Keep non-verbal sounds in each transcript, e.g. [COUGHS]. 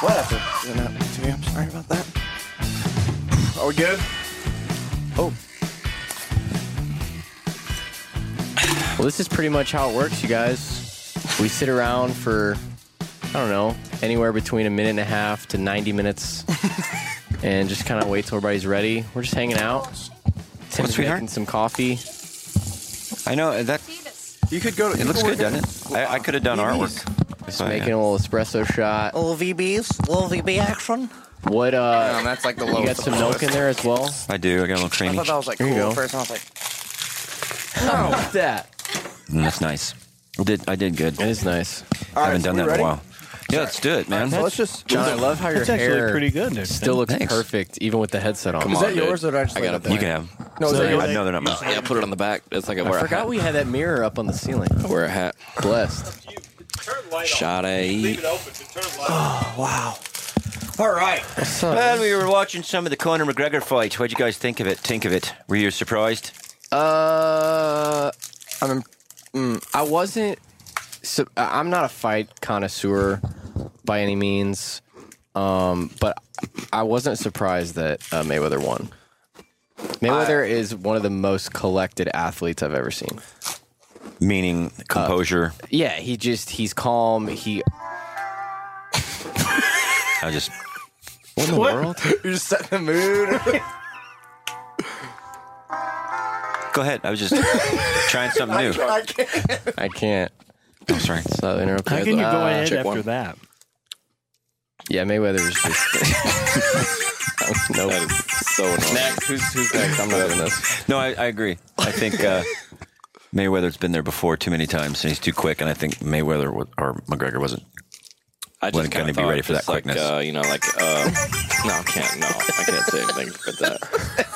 sweat after doing that to you. I'm sorry about that. Are we good? Oh, Well, this is pretty much how it works, you guys. We sit around for, I don't know, anywhere between a minute and a half to [LAUGHS] 90 minutes and just kind of wait till everybody's ready. We're just hanging out. Tim's sweetheart? making some coffee. I know uh, that you could go. To, it looks good, doesn't it? I, I could have done artwork. Just Oh, yeah. making a little espresso shot. Little VBs, little VB action. What, uh, that's like the you got some milk in there as well? I do. I got a little I creamy. thought that was like Here you cool go. at first. And I was like, What's that? Mm, that's nice. I did I did good. That is nice. All right, haven't so done we that ready? in a while. Yeah, let's do it, man. So let's just. John, I love how your It's hair actually pretty good. and everything. still looks Thanks. perfect, even with the headset on. Come Is on, that yours dude. or did I just I lay got it a down? you can have. No, is that Sorry. yours? I know they're not mine. Yeah, put it on the back. It's like I wear I a forgot hat. we had that mirror up on the ceiling. I wear a hat. Blessed. Shot A. Oh, Wow. All right. What's up? Well, we were watching some of the Conor McGregor fights. What'd you guys think of it? Think of it. Were you surprised? Uh, I'm. Mm, I wasn't. So I- I'm not a fight connoisseur by any means, um, but I wasn't surprised that uh, Mayweather won. Mayweather is one of the most collected athletes I've ever seen. Uh, Meaning composure. Yeah, he just he's calm. He I just what in [LAUGHS] the world? You're just setting the [LAUGHS] mood. go ahead. I [LAUGHS] was just trying something new. I can't. I can't. I'm sorry. So interrupt. How can you go ahead check after one. that? uh, Yeah, Mayweather [LAUGHS] is [LAUGHS] just. no, So annoying. next. Who's who's next? I'm not doing this. No, I, I agree. I think uh, Mayweather's been there before too many times, and he's too quick. And I think Mayweather was, or McGregor wasn't. I Wasn't gonna kinda be thought ready for just that like, quickness. uh, you know, like uh, no, I can't. No, I can't say anything but [LAUGHS] that.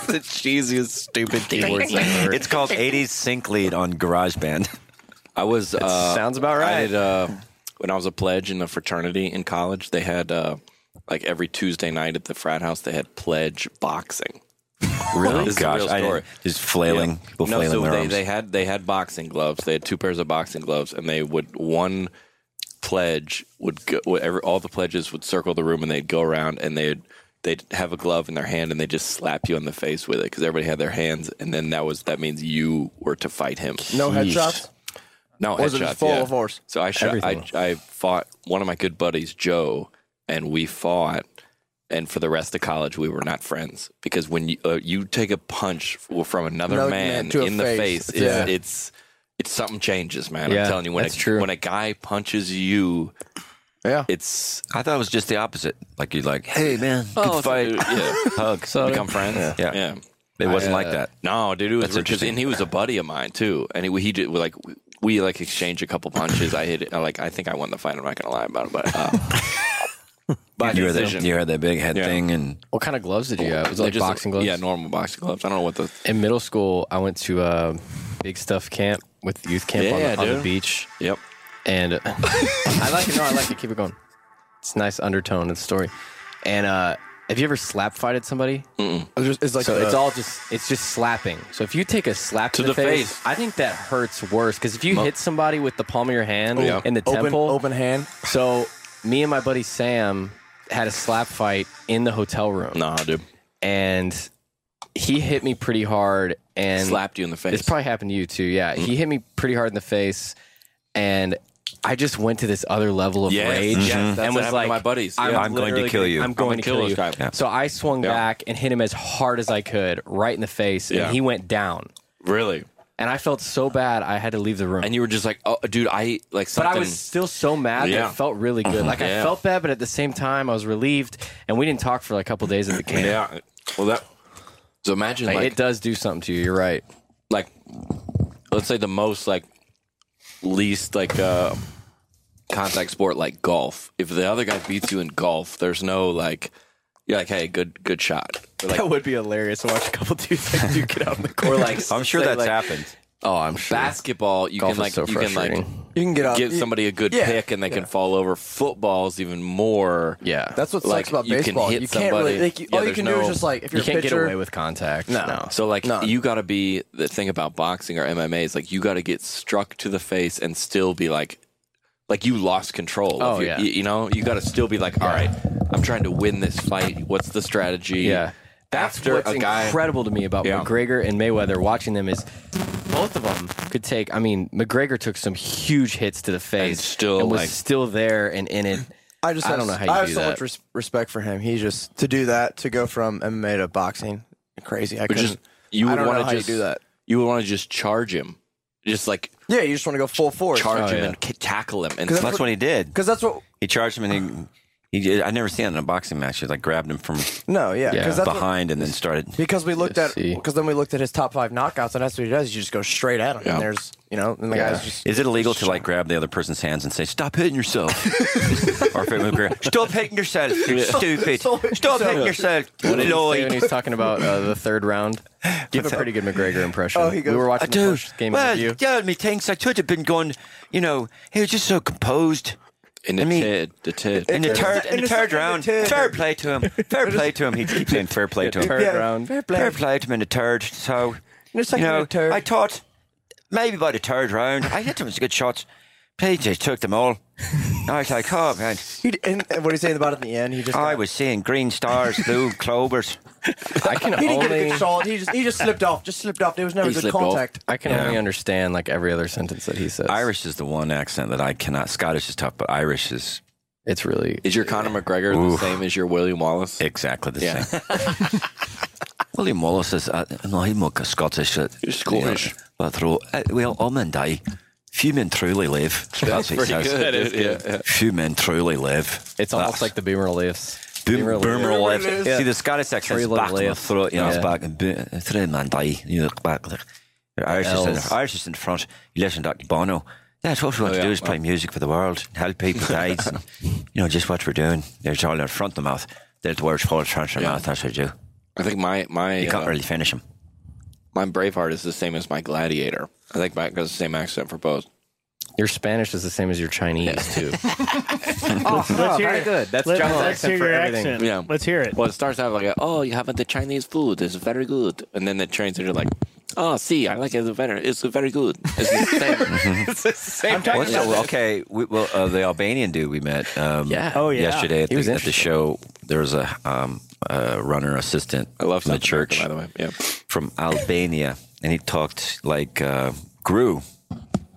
the cheesiest, stupid keywords ever. It's called '80s sync lead on GarageBand. I was. Uh, sounds about right. I did, uh, when I was a pledge in a fraternity in college, they had uh, like every Tuesday night at the frat house, they had pledge boxing. Really? This is a Gosh, real I story. didn't- just flailing, people no, flailing so their they, arms. they had they had boxing gloves. They had two pairs of boxing gloves, and they would one pledge would go. would- every- all the pledges would circle the room, and they'd go around, and they'd they'd have a glove in their hand, and they just slap you in the face with it because everybody had their hands, and then that was that means you were to fight him. No [LAUGHS] headshots. Oh, No, Was it headshots, just full yeah. of horse? So I, shot, I I fought one of my good buddies, Joe, and we fought. And for the rest of college, we were not friends because when you uh, you take a punch f- from another Another man, man to a in the face. face, it's, Yeah. it's it's something changes, man. Yeah, I'm telling you, when that's a, true. when a guy punches you, Yeah. it's I thought it was just the opposite. Like you're like, hey man, good oh, fight, dude, yeah, hug. You become friends, Yeah. yeah. it wasn't I, like uh, that. No, dude, it was That's because interesting. and he was a buddy of mine too, and he, he did like we like exchanged a couple punches. I hit it, like I think I won the fight. I'm not gonna lie about it, but uh, [LAUGHS] by You had, that, decision. you had that big head Yeah. thing, and What kind of gloves did you have? Was it They're like just- boxing gloves? Yeah, normal boxing gloves. I don't know what the in middle school, I went to uh, big stuff camp with youth camp on, Yeah, the, on the dude. beach, yep. and uh, [LAUGHS] I like it. No, I like it. Keep it going. It's a nice undertone in the story. And uh, have you ever slap fighted somebody? It's just- it's like So the- it's all just it's just slapping. So if you take a slap to, To the face. I think that hurts worse because if you hit somebody with the palm of your hand Yeah. in the open, temple, open hand. so me and my buddy Sam had a slap fight in the hotel room, Nah, dude, and he hit me pretty hard and slapped you in the face. Mm. This probably happened to you too. Yeah, he hit me pretty hard in the face, and I just went to this other level of Yes, rage yes, that's and what was happened to like, my buddies. Yeah, I'm going to literally kill gonna- you. I'm I'm going gonna to kill kill this you." guy. Yeah. So I swung Yeah. back and hit him as hard as I could, right in the face, Yeah. and he went down. really, And I felt so bad, I had to leave the room. and you were just like, oh, dude, I like but something. I was still so mad that Yeah. it felt really good. Like I Yeah. felt bad, but at the same time, I was relieved. And we didn't talk for like a couple days at the camp. [LAUGHS] yeah. Well, that so imagine Like, like it does do something to you. You're right. like let's say the most like least like uh contact sport like golf if the other guy beats you in golf there's no like you're like hey good good shot But, like would be hilarious to watch a couple dudes like duke it out [LAUGHS] in the court. like [LAUGHS] I'm sure say, that's like, happened. oh i'm sure basketball you Golf can is like you so can like frustrating. You can get out. give you- somebody a good Yeah. pick and they can fall over football's even more Yeah, That's what sucks like, about you can baseball. hit you can't somebody. really. Like, you, Yeah, all you there's can do is no- just like if you you're can't a pitcher, get away with contact. No. So like None. you got to be the thing about boxing or MMA is like you got to get struck to the face and still be like like you lost control. of Oh, your- yeah. y- you know, you got to still be like, all right, I'm trying to win this fight. What's the strategy? Yeah. That's After what's a guy, incredible to me about Yeah. McGregor and Mayweather watching them is both of them could take. I mean, McGregor took some huge hits to the face, still, and was like- still there and in it. I just I have, don't know how you I have do so that. much res- respect for him. He just to do that to go from MMA to boxing, crazy. I but couldn't. just you I would don't know want how to you just do that. You would want to just charge him, just like Yeah, you just want to go full force. charge Oh, him yeah. and k- tackle him. And Well, that's what he did. Because that's what. He charged him and he. he did, I never seen that in a boxing match. He like grabbed him from No, yeah. Yeah. Because that's what, behind and then started. because we looked at see. because then we looked at his top five knockouts, and that's what he does. You just go straight at him, Yeah. and there's you know, and the guy's just Is it illegal to like grab the other person's hands and say, "Stop hitting yourself"? [LAUGHS] or if it would grab, "Stop hitting yourself, [LAUGHS] [LAUGHS] you stupid! Stop hitting yourself, What did he say Lloyd." when he's talking about uh, the third round? Give a pretty good McGregor impression. Oh, he goes, we were I watching the do. first game well, of [LAUGHS] you. yeah, me thinks I should have been going. You know, he was just so composed. in the I mean- tid, the tid. In the third, in in the the third second round, turn. fair play to him. Fair play to him. He keeps saying fair play to him. Third round. Fair play to him in the third. So, the second you know, and third. I thought maybe by the third round, I hit him with some good shots. But he just took them all. I was like, oh man, He, and and what he's saying about it in the end, he just I was seeing green stars, [LAUGHS] blue clovers. I can he didn't get a only good shot. He just he just slipped off. Just slipped off. There was never He good slipped off. contact. I can only understand like every other sentence that he says. Irish is the one accent that I cannot. Scottish is tough, but Irish is It's really Is your Conor McGregor the same as your William Wallace? exactly the Yeah. same. [LAUGHS] William Wallace is uh, no, he's more Scottish. Uh, Scottish. yeah, but through uh, well, all men die. Few men truly [LAUGHS] live. That's, what he says. That is, yeah, yeah. [LAUGHS] Few men truly live. it's almost like the boomer leaves. Boom, Boomer boomer, lives. lives. Yeah. See, the Scottish accent is Trailer back in the lives. throat. You know, Yeah. it's back. and bo- Three man die. You look back. Look. The Irish is, in, L's. Irish is in front. You listen to Dr. Bono. That's what we want Oh, to do yeah, is play music for the world and help [LAUGHS] people guide. and, you know, just what we're doing. There's all in front of the mouth. There's the words fall in front of the Yeah. mouth. That's what you do. I think my my You can't uh, really finish them. my Braveheart is the same as my Gladiator. I think my got the same accent for both. Your Spanish is the same as your Chinese too. Oh, [LAUGHS] Let's hear oh, very it. good. That's Let, John's us accent hear for your everything. accent. [LAUGHS] Yeah. Let's hear it. Well, it starts out like, "Oh, you haven't the Chinese food. It's very good," and then it trains into like, "Oh, see, I like it better. It's very good." It's the same. I'm talking What's about the- okay, we, well, uh, the Albanian dude we met um, Yeah. Oh, yeah. yesterday at He was the, at the interesting. show, there was a, um, a runner assistant I love from the South church. America, by the way. Yeah, from Albania, and he talked like uh, Gru.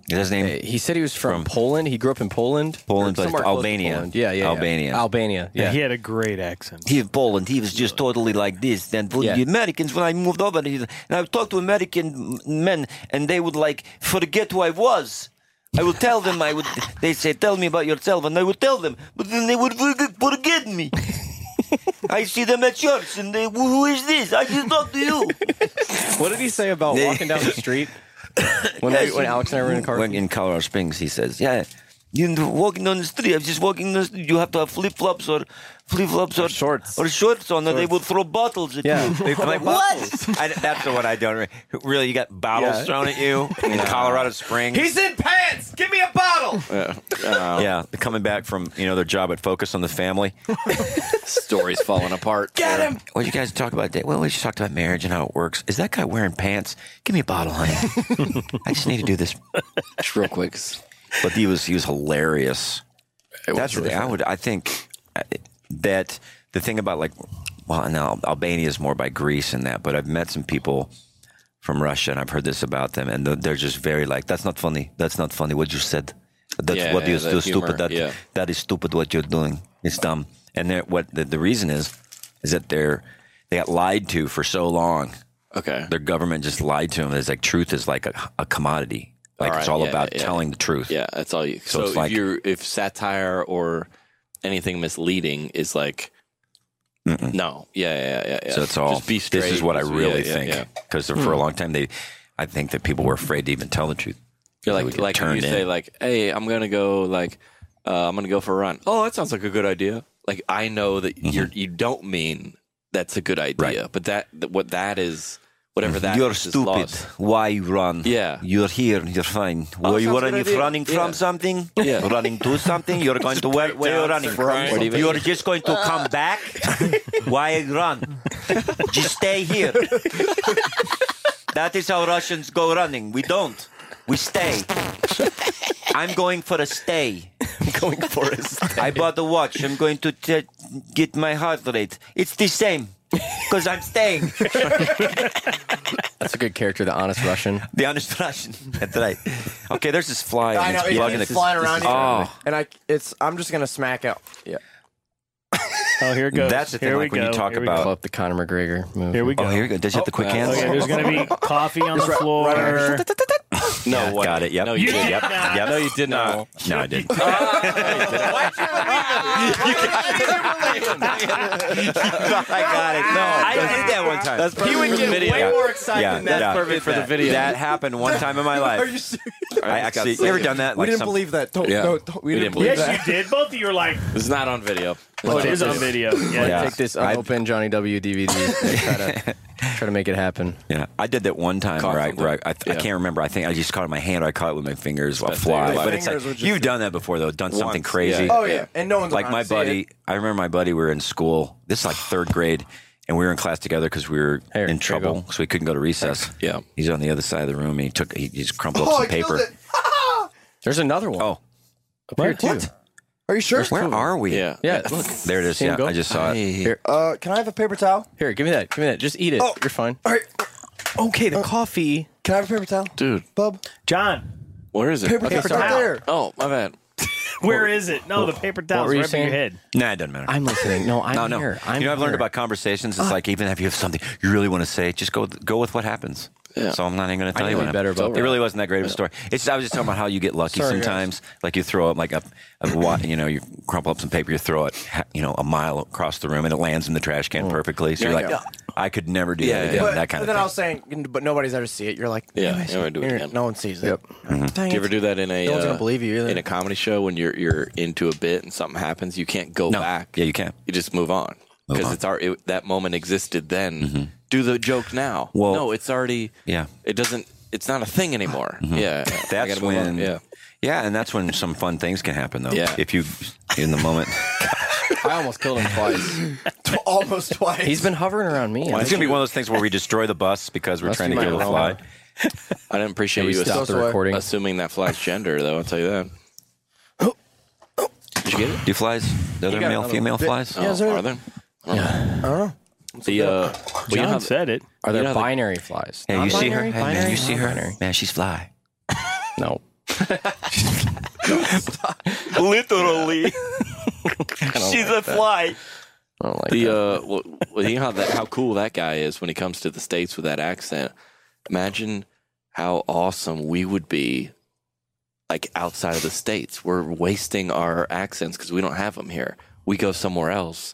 Is his name? He said he was from, Poland. He grew up in Poland. Poland, Or but somewhere close to Albania. Poland. Yeah, yeah, yeah. Albania. Albania. Yeah. He had a great accent. He was Poland. He was just totally like this. Then for Yeah. the Americans, when I moved over, he- and I would talk to American men, and they would like forget who I was. I would tell them. I [LAUGHS] would. They say, "Tell me about yourself," and I would tell them, but then they would forget- forget [LAUGHS] me. I see them at church, and they, "Who is this? I just talked to you." [LAUGHS] What did he say about walking down the street [COUGHS] when, we, when Alex and I were in a car? When in Colorado Springs, he says, "Yeah, you know, walking on the street. I'm just walking on the street. You have to have flip flops or flip flops or, shorts. or shorts on, or they will throw bottles at Yeah. you. [LAUGHS] They throw bottles. I, that's the one I don't re- really. You got bottles Yeah. thrown at you in Colorado Springs. He's in pants. Give me a bottle. [LAUGHS] Oh. yeah. Uh, Yeah, coming back from you know their job at Focus on the Family. story's falling apart. Get him. What you guys talk about? that- Well, we just talked about marriage and how it works. Is that guy wearing pants? Give me a bottle, honey. [LAUGHS] I just need to do this. Just real quick. But he was he was hilarious. It was That's the really thing. I would. I think uh, that the thing about like, well, now Albania is more by Greece and that, but I've met some people from Russia and I've heard this about them, and they're- they're just very like, that's not funny. That's not funny. What you said. That's Yeah, what yeah, you the do. humor, Stupid. That yeah. that is stupid. What you're doing. It's dumb. And they're- what the, the reason is, is that they're they got lied to for so long. okay. Their government just lied to them. It's like truth is like a, a commodity. Like All it's right, all yeah, about yeah, yeah. telling the truth. Yeah, that's all you. So, it's if like- you if satire or anything misleading is like no, yeah, yeah, yeah, yeah. So it's all. Just be straight. This is what I Just- really yeah, yeah, yeah. Hmm. think because for a long time they, I think that people were afraid to even tell the truth. You're They would like get like when you turned say in. like, hey, I'm gonna go like uh, I'm gonna go for a run. Oh, that sounds like a good idea. Like I know that Mm-hmm. you're you don't mean that's a good idea, but that that- what that is whatever that Mm-hmm. you're is, is stupid. lost. Why you run? Yeah. Oh, you're here. You're fine. Were sounds you a running? good idea. Running from Yeah. something? Yeah. running [LAUGHS] to something? You're going to where? Where you're running crying. from? What do you You're just going to come [LAUGHS] back. Why run? just stay here. that is how [LAUGHS] Russians go running. We don't. We stay. I'm going for a stay. going for is I bought a watch. I'm going to t- get my heart rate. It's the same because I'm [LAUGHS] staying. that's a good character, the honest Russian. [LAUGHS] The honest Russian. That's right. Okay, there's this fly. and it's bugging it. Oh, and I it's I'm just gonna smack out. Yeah, Oh, here it goes. That's the thing, Here we like, when you go. talk Here we about- pull up the Conor McGregor move. go. Here we go. oh, here we go. Does it have the quick hands? Okay, there's gonna [LAUGHS] [LAUGHS] be coffee on the floor. [LAUGHS] No, Yeah, what? got it. Yep. No, you You did. did Yep. not. Yep. No, you did not. No, I didn't. I got it. No, I did that one time. That's he would get way more excited Yeah, than that. yeah. That's perfect for the video. That happened one time in [LAUGHS] my life. Are you serious? I actually you ever done that. we Like didn't some- believe that. Don't, Yeah. no, don't- we, We didn't didn't believe believe that. Yes, you did. Both of you [LAUGHS] were like, It's not on video. It's oh, not it is on video. Yeah. Yeah. Take this unopened Johnny W DVD. and try to [LAUGHS] [LAUGHS] try to make it happen. Yeah, I did that one time Caught where I, something. where I, I, I Yeah. can't remember. I think I just caught it in my hand or I caught it with my fingers, a That's fly. it. But it's Fingers would like just you've done that before though, done something Once, crazy. yeah. Oh, and no one's like my buddy i remember my buddy we were in school this [SIGHS] is like third grade and we were in class together because we were Here, in here you trouble so we couldn't go to recess Yeah. he's on the other side of the room and he took he just crumpled up some paper There's another one. oh up here too. Are you sure? where are we Yeah. Yeah, look. there it is Same yeah goal. i just saw it Here, Uh, can I have a paper towel? Oh. here, give me that. Give me that. Just eat it. You're fine. All right. Uh, Okay, the coffee. Can I have a paper towel? Dude, Bub? John, where is it? Paper towel's right towel. there. Oh, my [LAUGHS] bad. where is it? No, the paper towel's were you right by saying? your head. nah it doesn't matter I'm listening. No, I'm no, no. here. I'm you know, I've learned here. about conversations. It's like even if you have something you really want to say, just go with- go with what happens. Yeah. So I'm not even going to tell knew you you what better happened. about It that. really wasn't that great of a story. It's I was just talking about how you get lucky Sorry, guys. sometimes. Like you throw up like a, a wa- you know you crumple up some paper, you throw it ha- you know a mile across the room, and it lands in the trash can perfectly. So you're Yeah. like, I could never do Yeah, that yeah. again. But, that kind but then I of was thing. saying, but nobody's ever see it. You're like, Yeah, anyways, you wanna do it you're- again. no one sees it. Yep. Mm-hmm. Dang Do you it. ever do that in a No one's gonna uh, believe you either. in a comedy show when you're you're into a bit and something happens, you can't go No. back. Yeah, you can. You just move on Move because on. it's our it, that moment existed then. Mm-hmm. Do the joke now. Well- no, it's already. Yeah. it doesn't. It's not a thing anymore. Yeah, I Mm-hmm. That's gotta move when on. Yeah, yeah, and that's when some fun things can happen though. Yeah. If you in the moment, [LAUGHS] I almost killed him twice. [LAUGHS] Almost twice. He's been hovering around me. it's gonna be one of those things where we destroy the bus because we're Must trying be to my kill a role fly. model. I didn't appreciate we you stop assu- the recording? assuming that fly's gender though. I'll tell you that. Did you get it? Do flies? The other got male, another female flies? Oh, is there- are there? Oh. I don't know. The uh, well, you know John how the- said it. Are You there know the- binary flies? Hey, you see her? Hey, Non-binary? man, Binary? you see her? Non-binary. Man, she's [LAUGHS] fly. [LAUGHS] No. [LAUGHS] Literally. She's a fly. I don't like The that. uh, well, well, you know how that how cool that guy is when he comes to the states with that accent. Imagine how awesome we would be, like outside of the states. We're wasting our accents because we don't have them here. We go somewhere else.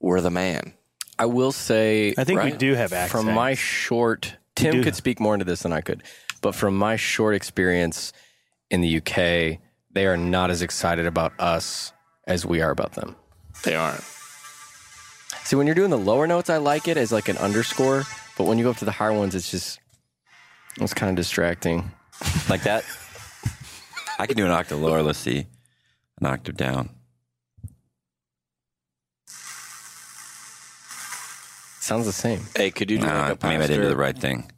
We're the man. I will say, I think we Right. do have access. from my short, Tim could speak more into this than I could, but from my short experience in the UK, they are not as excited about us as we are about them. They aren't. See, when you're doing the lower notes, I like it as like an underscore, but when you go up to the higher ones, it's just it's kind of distracting. Like that? [LAUGHS] I can do an octave lower. Let's see. An octave down. sounds the same. Hey, could you do Nah, like a pastor, Uh, maybe I didn't do the right thing.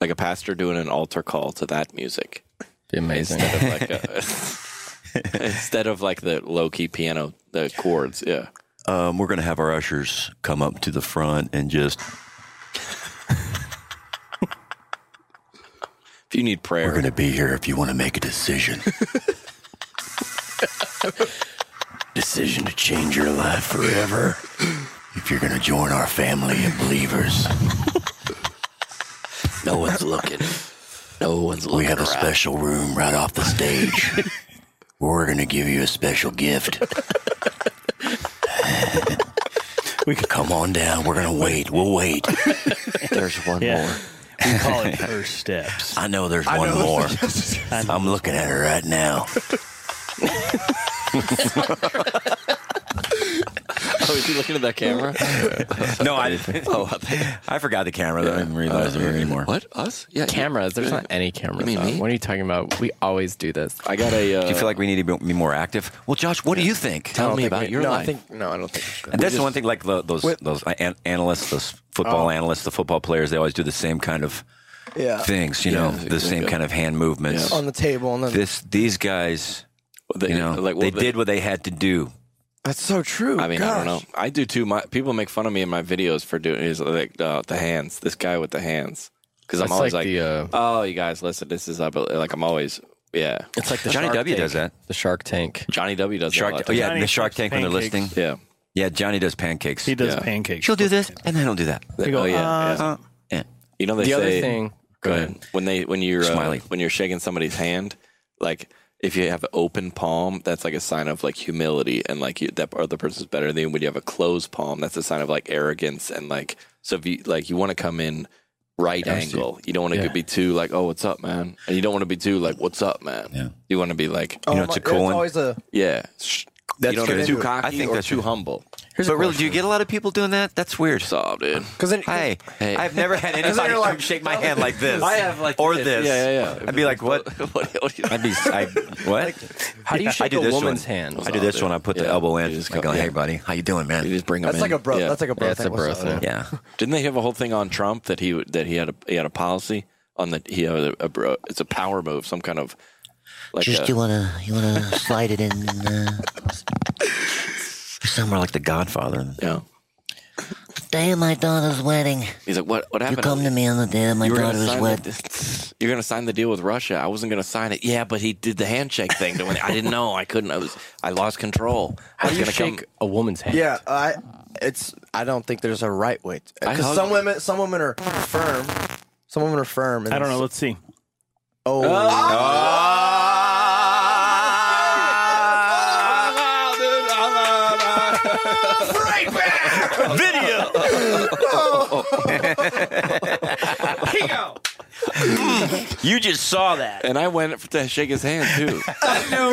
like a pastor doing an altar call to that music Be amazing. instead of like a, [LAUGHS] instead of like the low key piano the chords? Yeah. Um, we're going to have our ushers come up to the front and just, If you need [LAUGHS] prayer, to be here if you want to make a decision. [LAUGHS] decision to change your life forever if you're going to join our family of believers. no one's looking. No one's looking. We have a around. special room right off the stage. We're going to give you a special gift. [LAUGHS] we could come on down. We're going to wait. We'll wait. There's one Yeah. more. we call it first steps. I know there's one [LAUGHS] more. I'm looking at her right now. Oh, is he looking at that camera? [LAUGHS] no, I didn't. [LAUGHS] Oh, [LAUGHS] I forgot the camera. though. I didn't realize Uh, there were anymore. What us? Yeah, cameras. There's not any cameras. You mean on. me? What are you talking about? We always do this. I got a. Uh, Do you feel like we need to be more active? Well, Josh, what do you think? Tell me about your no, life. I think no, I don't think. It's good. And that's the one thing, like the, those those uh, an- analysts, those football analysts, the football players, they always do the same kind of yeah. things, you know, the same kind of hand movements. On the table and then This these guys, They, You know, like they well, did what they had to do. That's so true. I mean, I don't know. I do too. My people make fun of me in my videos for doing is like uh, the hands. This guy with the hands, because I'm That's always like like, the, uh, oh, you guys, listen, this is up. Like I'm always, yeah. It's like the Johnny Shark W Tank. does that. The Shark Tank. Johnny W does that a Shark, lot, oh, too. yeah, Johnny the Shark cooks Tank when they're pancakes. listening. yeah, Yeah, Johnny does pancakes. He does Yeah. pancakes. She'll do this, and I don't do that. You go, oh, yeah, uh, yeah. Uh, yeah. You know they The say other thing. Go ahead. When they when you're uh, Smiley. when you're shaking somebody's hand, like if you have an open palm, that's like a sign of like humility and like you, that other person's better than you. When you have a closed palm, that's a sign of like arrogance and like so if you like you want to come in right angle. You don't want to be too like oh what's up man, and you don't want to be too like what's up man. Yeah. You want to be like You know, it's a cool it's one. Oh, always a yeah. Shh. That's you don't wanna be true. too cocky I think or that's too true. humble. but really, do you get a lot of people doing that? That's weird. Stop, dude. because then Hey, Hey. I've never [LAUGHS] had then anybody you're like- come shake "Oh, my hand like this. I have, like, or this. this. Yeah, yeah, yeah. I'd be like, what? [LAUGHS] what, what do you- [LAUGHS] I'd be [LAUGHS] I, what? How do you I shake do a this woman's one. hand? I do this one. I put the Yeah. elbow in. You just like, go- hey, yeah. buddy, how you doing, man? You just bring 'em that's in. like a bro. Yeah. That's like a bro. Yeah, it's thing. a What's bro up? thing. yeah. [LAUGHS] Didn't they have a whole thing on Trump that he that he had a he had a policy on that he had a, a bro, it's a power move, some kind of like Just a- you wanna you wanna slide it in [LAUGHS] uh, Somewhere like The Godfather. you know. day of my daughter's wedding. He's like, what what You happened? come to me on the day of my You were gonna daughter's sign wedding. the- you were gonna sign the deal with Russia. I wasn't gonna sign it. Yeah, but he did the handshake thing. To win. I didn't know. I couldn't. I was. I lost control. I How was do you gonna shake come. a woman's hand? Yeah, I it's I don't think there's a right way I because hug some them. women some women are firm, some women are firm. And I don't know. Let's see. Oh, Oh. You just saw that. And I went to shake his hand too. Dude, bro,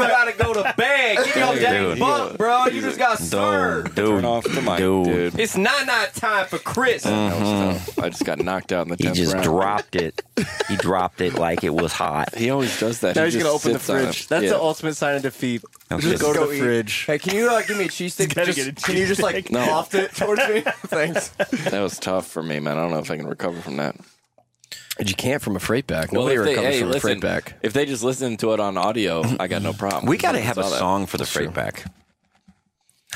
you just got dude, dude. Turn off the mic, Dude. dude. It's not not time for Chris. I just got knocked out in the He tenth just round. dropped [LAUGHS] it. He dropped it like it was hot. He always does that. Now He he's gonna just open the sits on it. fridge. That's Yeah. the ultimate sign of defeat. Okay. Just go, to Go the eat. fridge. Hey, can you uh, give me a cheese stick? gotta Just- get a can you just like cheesesteak. No. loft it towards [LAUGHS] me? Thanks. That was tough for me, man. I don't know if I can recover from that. But you can't from a freight back. Well, Nobody if they- recovers hey, from a listen, freight back. If they just listen to it on audio, I got no problem. We got to have a Saw that. song for the freight [LAUGHS] back.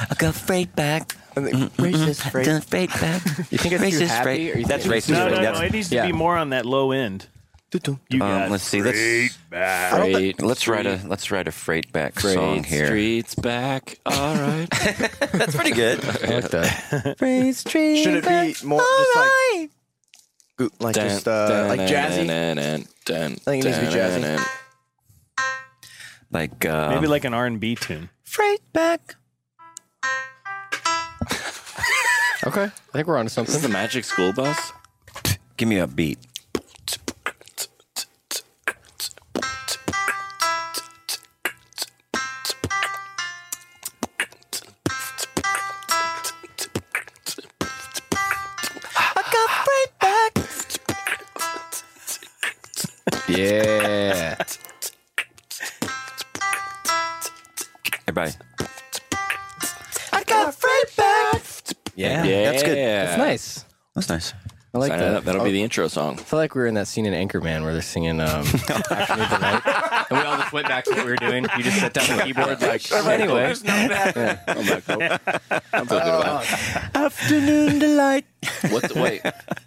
I got freight back. And then, racist I freight. got freight back. You think it's too Racist happy? freight- Or you That's think- racist. No, right? no, no. That's- It needs to yeah. be more on that low end. You got um, let's see. Let's Freight, let's write a let's write a freight back freight song here. Streets back. All [LAUGHS] right. That's pretty [LAUGHS] good. I like that. Should it be more just like goo- like Dun, just uh, dun, like dun, jazzy? dun, dun, dun, I think it needs to be dun, jazzy. dun. Like uh, um, maybe like an R and B tune. Freight back. Okay, I think we're onto This is something. the Magic School Bus. give me a beat. [LAUGHS] yeah. Everybody. yeah, That's good. That's nice. That's nice. I like Sign it that. Oh. up. That'll be the intro song. I feel like we were in that scene in Anchorman where they're [LAUGHS] singing um, Afternoon Delight. And we all just went back to what we were doing. You just set down the keyboard like, anyway. Oh I'm back. Nope. [LAUGHS] I'm so good about it. Afternoon delight. [LAUGHS] What the, [LAUGHS] wait,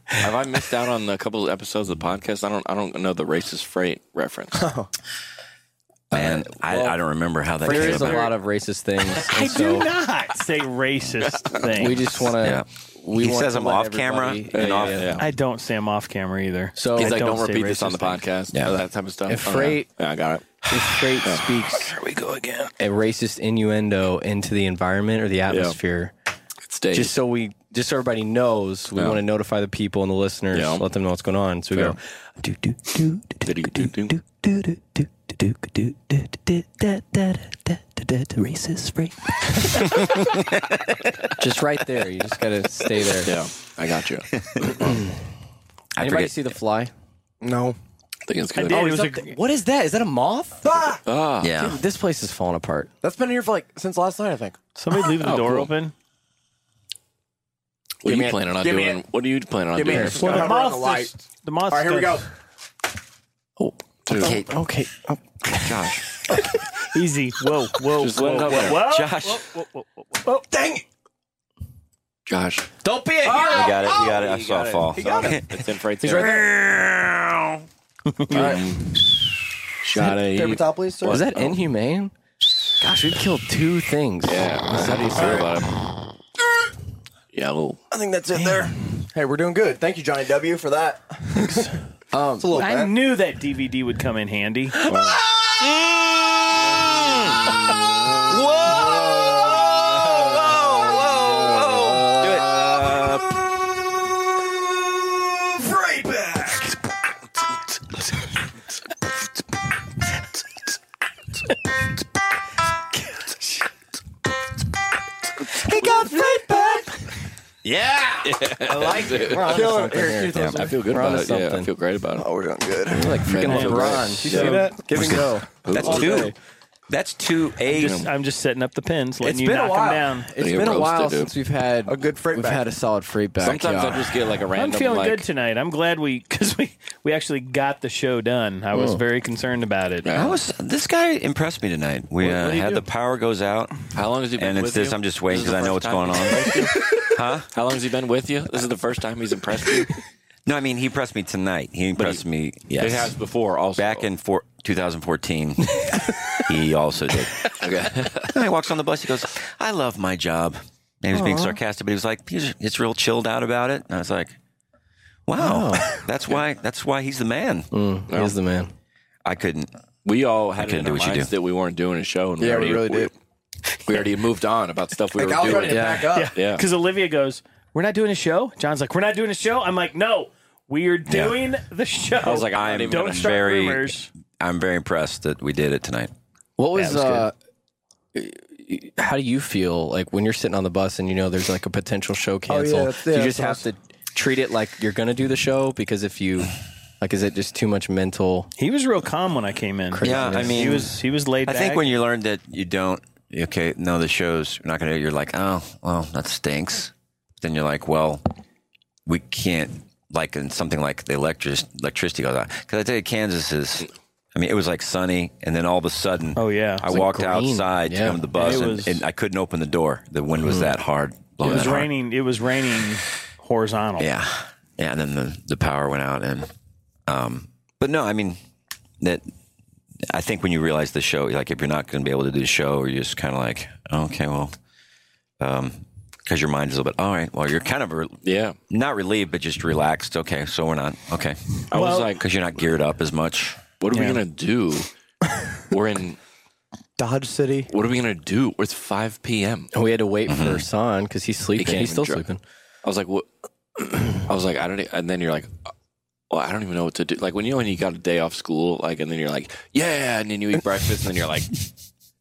have I missed out on a couple of episodes of the podcast? I don't. I don't know the racist freight reference. [LAUGHS] Man, I, I don't remember how that There came is a about. lot of racist things. I and so do not [LAUGHS] say racist things. We just want to. Yeah. We He want says to them let off camera everybody- and Yeah, off- yeah, yeah. I don't say I'm off camera either. So He's I like, don't, say repeat this on the racist things. podcast. Yeah. Yeah, that type of stuff. If Okay. freight- yeah, I got it. If freight speaks Here we go again. a racist innuendo into the environment or the atmosphere, It's Dave. just so we, just so everybody knows, we Yeah. want to notify the people and the listeners, Yeah. let them know what's going on. So we go, do do do do do do do do do do do do do do do do do racist freight. [LAUGHS] Just right there, you just gotta stay there. yeah, I got you. I I Anybody forget. see the fly? No. think it's I good. did. Oh, it was a, What is that? Is that a moth? ah, yeah. This place is falling apart. That's been here for like since last night, I think. somebody leave the Oh, door cool. open. What are Give you me it. planning on Give me doing? it. What are you planning on Give me doing? it. Flip it The over on the moth light. is- The moth. All right, here we go. Oh, Okay. Okay. Oh, Josh. Easy. Whoa, whoa, Just let it whoa, whoa, out there. whoa, Josh. Oh, whoa, whoa, whoa, whoa. Josh. don't be a hero. I got it. You got Oh, it. I Oh, He saw got it it. fall. He got so. [LAUGHS] it. It's in for right there. Shot Paper towel, please, sir. Was that Oh. inhumane? Gosh, we've killed two things. Yeah. How do you feel about it? Yellow. I think that's it there. Hey, we're doing good. Thank you, Johnny W, for that. Um, it's a little I bad. knew that DVD would come in handy. Mm. [LAUGHS] I like it. We're onto Killer. something Here, here. here's Damn, I feel good We're about onto it. Yeah, I something. feel great about it. Oh, we're doing good. We're like freaking Man, I feel LeBron. You see that? Give and go. That's two. That's two A's. Just- I'm just setting up the pins, letting It's you been a knock while. them down. It's They been a roasted, while dude. since we've had A good freight We've back. had a solid freight back. Sometimes yeah. I'll just get like a I'm random. feeling like, good tonight. I'm glad we [LAUGHS] because we we actually got the show done. I Oh. was very concerned about it. I was this guy impressed me tonight. We uh, what do you had do? the power goes out, How long has he been and with it's this. you? I'm just waiting This is because I the know what's first going time he's on. [LAUGHS] impressed- How long has he been with you? This is the first time he's impressed you. no, I mean he impressed me tonight. He impressed me. Yes, It has before also. back in four, 2014. he also did. [LAUGHS] Okay. He walks on the bus. He goes, "I love my job." And he was being sarcastic, but he was like, "He's it's real chilled out about it." And I was like, "Wow, Oh. [LAUGHS] that's why. That's why he's the man." He's the man. I couldn't. We all had it couldn't in do our what you minds do. that we weren't doing a show, and Yeah, we, already, we really did. we already moved on about stuff we Like, I were was ready doing. to back up. Yeah. Because Olivia goes, "We're not doing a show." John's like, "We're not doing a show." I'm like, "No, we are doing the show." I was like, I'm not even "Don't gonna start [LAUGHS] very- rumors." I'm very impressed that we did it tonight. What was, uh, how do you feel like when you're sitting on the bus and you know there's like a potential show cancel? that's- do yeah, you just have that's to treat it like you're gonna do the show because if you like, is it just too much mental? He was real calm when I came in. Yeah, I mean, he was he was laid I back. think when you learn that you don't, okay, no, the show's not going to, you're like, oh, well, that stinks. Then you're like, well, we can't, like, in something like the electric, electricity goes out. Because I tell you, Kansas is, I mean, it was like sunny, and then all of a sudden, Oh, yeah. I It's like walked green. outside Yeah. to come to the bus, It and, was- and I couldn't open the door. The wind was that hard. it blowing was that hard. raining. It was raining horizontal. Yeah. Yeah. And then the, the power went out. And, um, but no, I mean, that I think when you realize the show, like if you're not going to be able to do the show, you're just kind of like, okay, well, um, because your mind is a little bit, all right, well, you're kind of re- Yeah. not relieved, but just relaxed. Okay. So we're not, okay. I was like, Because you're not geared up as much. what are we [LAUGHS] Yeah. going to do? we're in, Dodge [LAUGHS] City. what are we going to do? It's 5 p.m. And we had to wait for Son because he's sleeping. Mm-hmm. can't he's still even drive. sleeping. I was like, what? [CLEARS THROAT] I was like, I don't, e- and then you're like, well, I don't even know what to do. Like when you know when you got a day off school, like, and then you're like, yeah, and then you eat breakfast, and then you're [LAUGHS] like,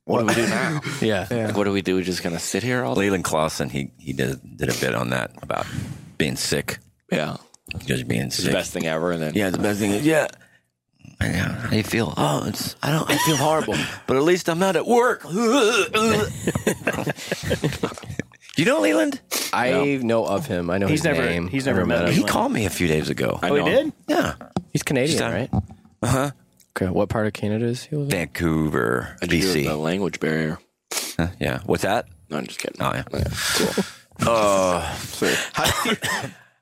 what do we do now? [LAUGHS] Yeah. Like, what do we do? We're just gonna sit here all day? Leland Clausen, he, he did, did a bit on that about being sick. Yeah, Just being it's the sick. best thing ever. And then Yeah, the best thing is yeah. Yeah, how do you feel? Oh, it's I don't. I feel [LAUGHS] horrible, but at least I'm not at [LAUGHS] work. you know Leland? I know of him. I know He's his never- name. he's I never remember met He him. called me a few days ago. I Oh, he know did. yeah, He's Canadian, done- right? Uh huh. Okay. What part of Canada is he? Living? Vancouver, I do the BC. language barrier. Huh? Yeah, what's that? No, I'm just kidding. Oh yeah, Uh, [COUGHS]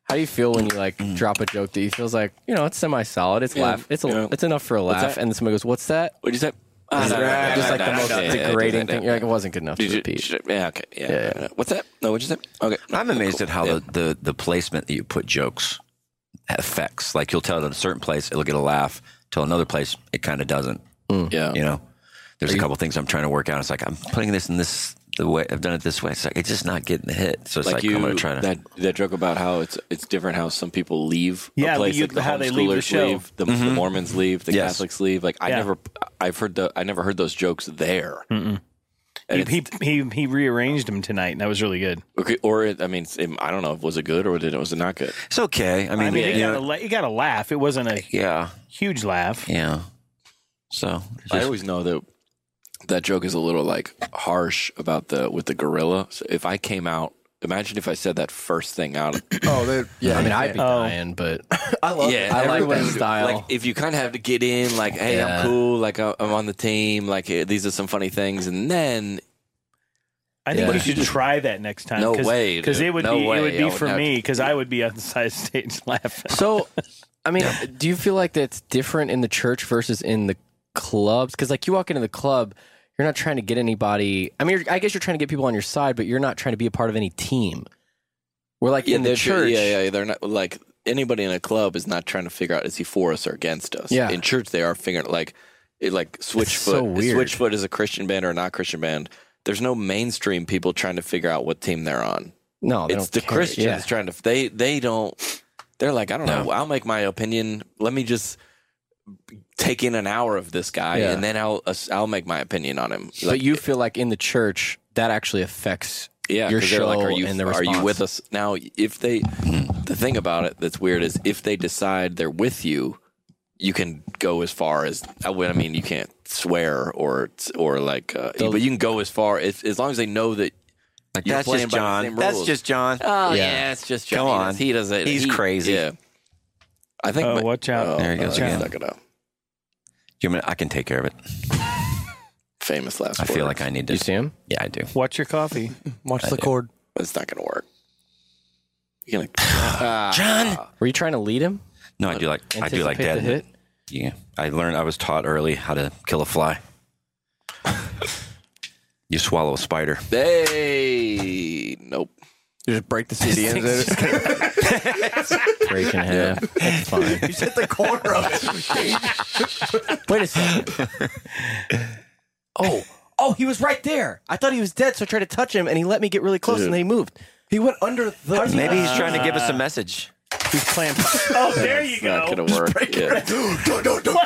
How do you feel when you like drop a joke that you feels like you know it's semi solid, it's laugh, it's a, Mm. yeah. it's enough for a laugh, that? and somebody goes, "What's that?" What did you say? Is Ah, it no, no, just no, like no, the no, most no, no, no, no, no, degrading thing. no, You're like, it no. wasn't good enough Did to you- repeat. should I- Yeah, okay. Yeah. no, no. What's that? No, what'd you say? Okay. no, I'm no, amazed cool. at how Yeah. the, the the placement that you put jokes affects. Like you'll tell it at a certain place, it'll get a laugh. Till another place, it kind of doesn't. Yeah. You know, there's a couple things I'm trying to work out. It's like I'm putting this in this the way I've done it this way. It's like it's just not getting the hit. So it's like, Like you, I'm gonna try to. that that joke about how it's it's different how some people leave Yeah, a place, you- like the how they leave the homeschoolers show. Mm-hmm. leave, the, the Mormons leave, the Yes. Catholics leave. Like I Yeah. never, I've heard the I never heard those jokes there. And He, it's- he he he rearranged him tonight, and that was really good. Okay, or it, I mean, it's- it, I don't know. Was it good or did it was it not good? it's okay. I mean, I mean, you you, know, got a, you got a laugh. It wasn't a yeah, huge laugh. yeah. So it's I just, always know that that joke is a little like harsh about the with the gorilla. So if I came out Imagine if I said that first thing out. Oh, they, yeah. I mean, I'd be Oh. [LAUGHS] dying, but I love [COUGHS] yeah, I like everyone- that style. Like if you kind of have to get in, like, hey, Yeah. I'm cool. Like I- I'm on the team. Like eh, these are some funny things, and then I think Yeah. you should try that next time. No cause, way, Because dude. it would No be way. it would I be would for not- me because I would be on the [LAUGHS] side of stage laughing. so, I mean, do you feel like that's different in the church versus in the clubs? Because like you walk into the club, you're not trying to get anybody. I mean, you're, I guess you're trying to get people on your side, but you're not trying to be a part of any team. We're like in the they're- church. Yeah, yeah, they're not like anybody in a club is not trying to figure out is he for us or against us. Yeah. in church they are figuring like it like Switchfoot. so weird. Switchfoot is a Christian band or a not Christian band. There's no mainstream people trying to figure out what team they're on. No, they it's don't the care. Christians Yeah. trying to they they don't they're like I don't know I'll make my opinion let me just take in an hour of this guy Yeah. and then I'll I'll make my opinion on him but you feel like in the church that actually affects yeah, your 'cause they're show like, are you, and the are you response. with us now? If they, the thing about it that's weird is if they decide they're with you, you can go as far as I would- I mean, you can't swear or or like, uh, but you can go as far if, as long as they know that you're That's playing just by John. the same That's rules. just John. oh Yeah. yeah, it's just John. Come on. he does it. He's he- crazy. Yeah, I think. Oh, my- watch out. Oh, There he goes I again. Stuck it up. Do you want me- I can take care of it. [LAUGHS] Famous last. I feel words. like I need to. You see him? Yeah, I do. Watch [LAUGHS] your coffee. Watch the cord. It's not gonna work. You're gonna. Uh, John. Ah. Were you trying to lead him? No, I do like. I do like Anticipate that. the hit? Yeah, I learned. I was taught early how to kill a fly. you swallow a spider. Hey, nope. You just break the CD [LAUGHS] and it. Break [LAUGHS] in half. That's fine. You just hit the corner of it. Wait a second. oh, oh, he was right there. I thought he was dead, so I tried to touch him, and he let me get really close, and then he moved. He went under the. Maybe he's trying to give us a message. He's playing. [LAUGHS] Oh, there you It's not go. gonna work. Yeah. don't, don't, don't.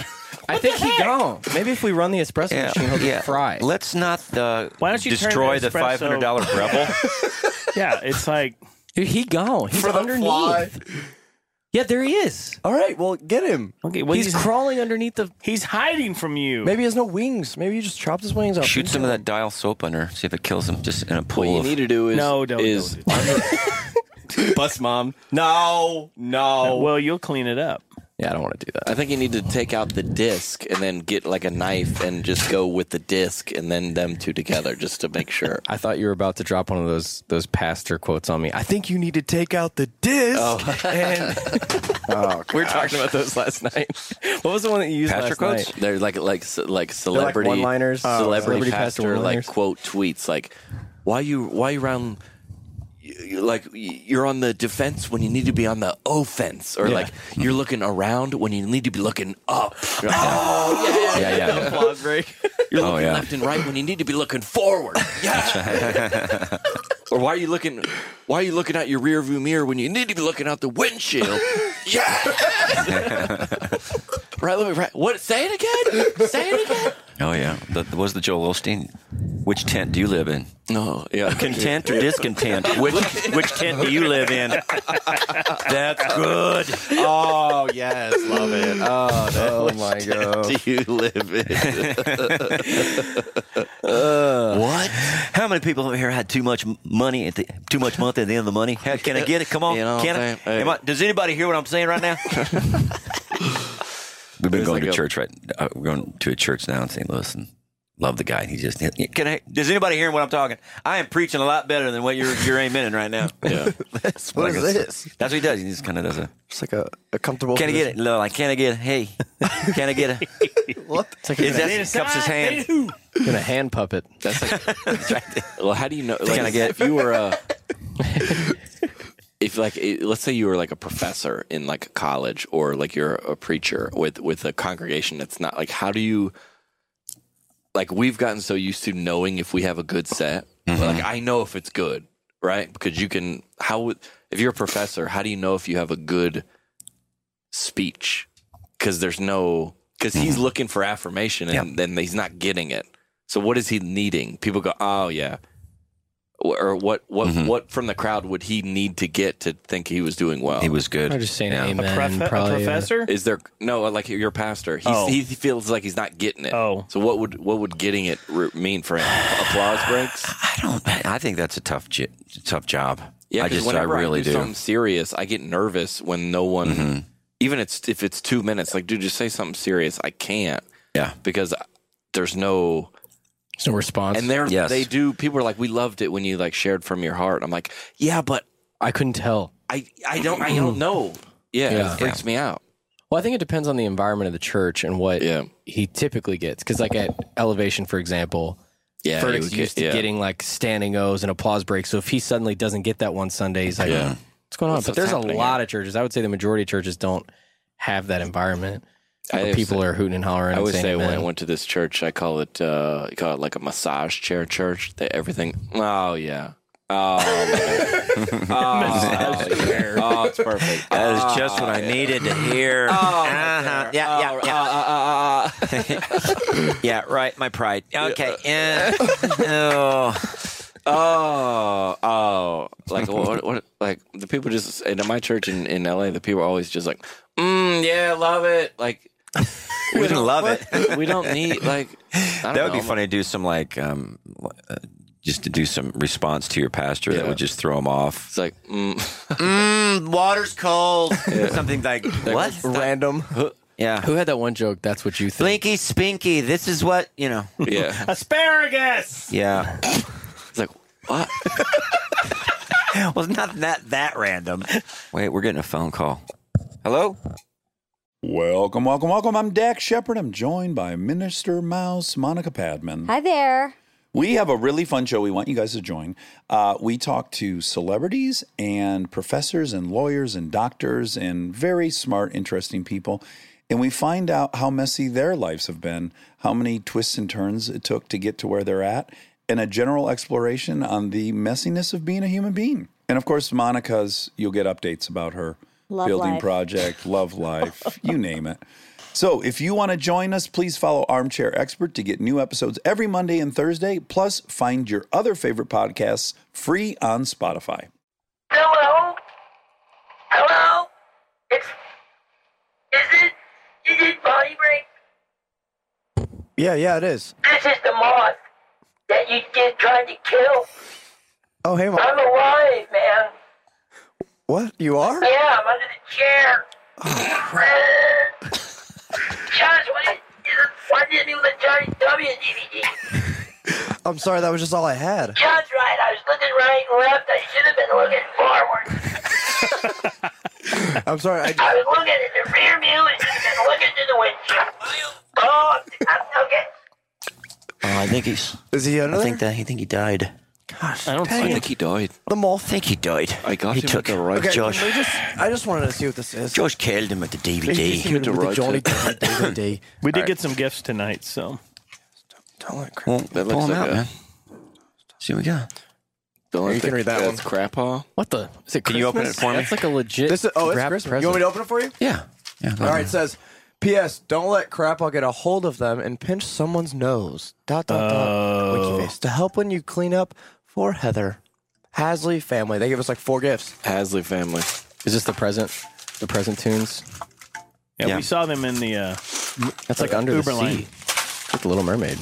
I think he gone. Maybe if we run the espresso machine, he'll get [LAUGHS] fried. Let's not uh, Why don't you turn destroy the the espresso- five hundred dollar [LAUGHS] Breville. Yeah, it's like Dude, he gone. He's For the underneath. fly. Yeah, there he is. All right, well, get him. okay, well, he's, he's crawling underneath the. he's hiding from you. Maybe he has no wings. Maybe he just chopped his wings off. Shoot some of that dial soap under. See if it kills him. Just in a What pool. you Of, need to do is No, don't, is don't do that. [LAUGHS] bus, Um, mom. No, no. Well, you'll clean it up. Yeah, I don't want to do that. I think you need to take out the disc and then get like a knife and just go with the disc and then them two together just to make sure. I thought you were about to drop one of those those pastor quotes on me. I think you need to take out the disc. and Oh, [LAUGHS] we were talking about those last night. [LAUGHS] What was the one that you used Pastor last quotes? night? They're like like ce- like celebrity one-liners. Oh, celebrity, celebrity pastor pastor, one-liners. like quote tweets like why you why you around you- like you're on the defense when you need to be on the offense or like you're looking around when you need to be looking up. Oh, You're like, [LAUGHS] yeah, yeah, yeah. You're looking yeah. left and right when you [LAUGHS] need to be looking [LAUGHS] forward. Yeah. [LAUGHS] or why are you looking? Why are you looking out your rearview mirror when you need to be looking out the [LAUGHS] windshield? yeah. right. Let me. Right. What? Say it again. Say it again. Oh yeah. The, the- was the Joel Osteen? Which tent do you live in? No. Yeah. Content or discontent? [LAUGHS] Which which tent do you live in? That's good. Oh, yes. Love it. Oh, Oh my [LAUGHS] god! Do you live in? What? How many people over here had too much m- money at the too much month at the end of the money? Heck, can I get it? Come on, You know what can I? I'm saying? Am I- Does anybody hear what I'm saying right now? We've been going to church right. Uh, we're going to a church now in St. Louis, and love the guy. He just can I? Does anybody hear what I'm talking? I am preaching a lot better than what you're you're amening right [LAUGHS] now. Yeah. What is this? That's what he does. He just kind of does a. It's like a, a comfortable. Can I get it? No, like can I get? A, hey, can I get a? What? It's like Is he's that cups his hand? in a hand puppet. That's like, [LAUGHS] well, how do you know? Like, Can I get- if you were a, if like, it- let's say you were like a professor in like college, or like you're a preacher with with a congregation that's not like, how do you? Like we've gotten so used to knowing if we have a good set. Like I know if it's good, right? Because you can. How would if you're a professor? How do you know if you have a good speech? Because there's no. Because he's Mm-hmm. looking for affirmation and then he's not getting it. So what is he needing? People go, oh yeah, or what what Mm-hmm. what from the crowd would he need to get to think he was doing well? He was good. I'm just saying Yeah. amen. A, prof- a probably, uh, professor? Is there no like your pastor? He's, Oh. He feels like he's not getting it. Oh. so what would what would getting it re- mean for him? Applause breaks. [SIGHS] I don't. I think that's a tough, j- tough job. Yeah, I 'cause just, I whenever really do, do. Mm-hmm. something serious, I get nervous when no one, even it's if it's two minutes. Like, dude, just say something serious. I can't Yeah, because there's no There's no response. and they're Yes. they do. People are like, we loved it when you like shared from your heart. I'm like, yeah, but I couldn't tell. I I don't I don't Mm. know. Yeah, Yeah. it freaks me out. Well, I think it depends on the environment of the church and what Yeah. he typically gets. Because, like at Elevation, for example, Yeah, Furtick's you would used get- to yeah. getting like standing O's and applause breaks. So if he suddenly doesn't get that one Sunday, he's like, Yeah. "What's going on?" What's- but what's there's a happening lot of churches. I would say the majority of churches don't have that environment. I Where always people say- are hooting and hollering. I and would saying say when I amen. went to this church, I call it uh, I call it like a massage chair church. That everything. Oh yeah. Oh, man. oh, oh, yeah. oh, it's perfect. that is Oh, just what I needed to hear. uh-huh. Yeah, yeah, yeah, uh, uh, uh, [LAUGHS] yeah. Right, my pride. Okay. Yeah. oh, [LAUGHS] oh, oh, like what, what? Like the people just and in my church in, in LA, the people are always just like, mm, yeah, love it. Like we didn't love it. we don't need like I don't That would know. be funny to do some like, um, uh, just to do some response to your pastor that Yeah. would just throw him off. It's like mm, water's [LAUGHS] cold. Something like what? random. Yeah. Who had that one joke? [LAUGHS] That's what you think. Blinky Spinky. This is what you know. yeah. [LAUGHS] Asparagus. Yeah. It's like what? [LAUGHS] well, not that that random. Wait, we're getting a phone call. Hello. Welcome, welcome, welcome. I'm Dak Shepard. I'm joined by Minister Mouse Monica Padman. Hi [LAUGHS] there. We have a really fun show we want you guys to join. Uh, we talk to celebrities and professors and lawyers and doctors and very smart, interesting people. And we find out how messy their lives have been, how many twists and turns it took to get to where they're at, and a general exploration on the messiness of being a human being. And of course, Monica's, you'll get updates about her Love building life. project, love life, you name it. So, if you want to join us, please follow Armchair Expert to get new episodes every Monday and Thursday. Plus, find your other favorite podcasts free on Spotify. Hello? Hello? It's. Is it. Is it Body Break? Yeah, yeah, it is. This is the moth that you did trying to kill. Oh, hey, Mom. I'm alive, man. What? You are? Yeah, I'm under the chair. [SIGHS] Josh, what is. is- Why didn't you let Johnny W DVD? I'm sorry, that was just all I had. John's right. I was looking right and left. I should have been looking forward. I'm sorry. [LAUGHS] I, I was looking at the rear view and should have been looking to the windshield. Oh, I'm, I'm okay. Oh, I think he's. is he under I there? think that. I think he died. Gosh, I don't see I him. think he died. the I moth. think he died. I got he him took at the right- Okay, Josh. can we just, I just wanted to see what this is. Josh killed him at the He's DVD. with the Interrupted. Johnny [LAUGHS] DVD. We did get some gifts tonight, so Well, That pull looks him like out, a- man. See what we got. Don't you can read that that's crap hole. What the? Is it Christmas? Can you open it for me? That's like a legit. This is, oh, it's wrapped Christmas. present. You want me to open it for you? Yeah. Yeah. All right, it says, P.S. Don't let Crapaw get a hold of them and pinch someone's nose. Dot, dot, dot. Oh. Winky face. To help when you clean up for Heather. Hasley family. They gave us like four gifts. Hasley family. Is this the present? The present tunes? yeah, Yeah. we saw them in the uh, That's like under Uber the line. sea. Like the Little Mermaid.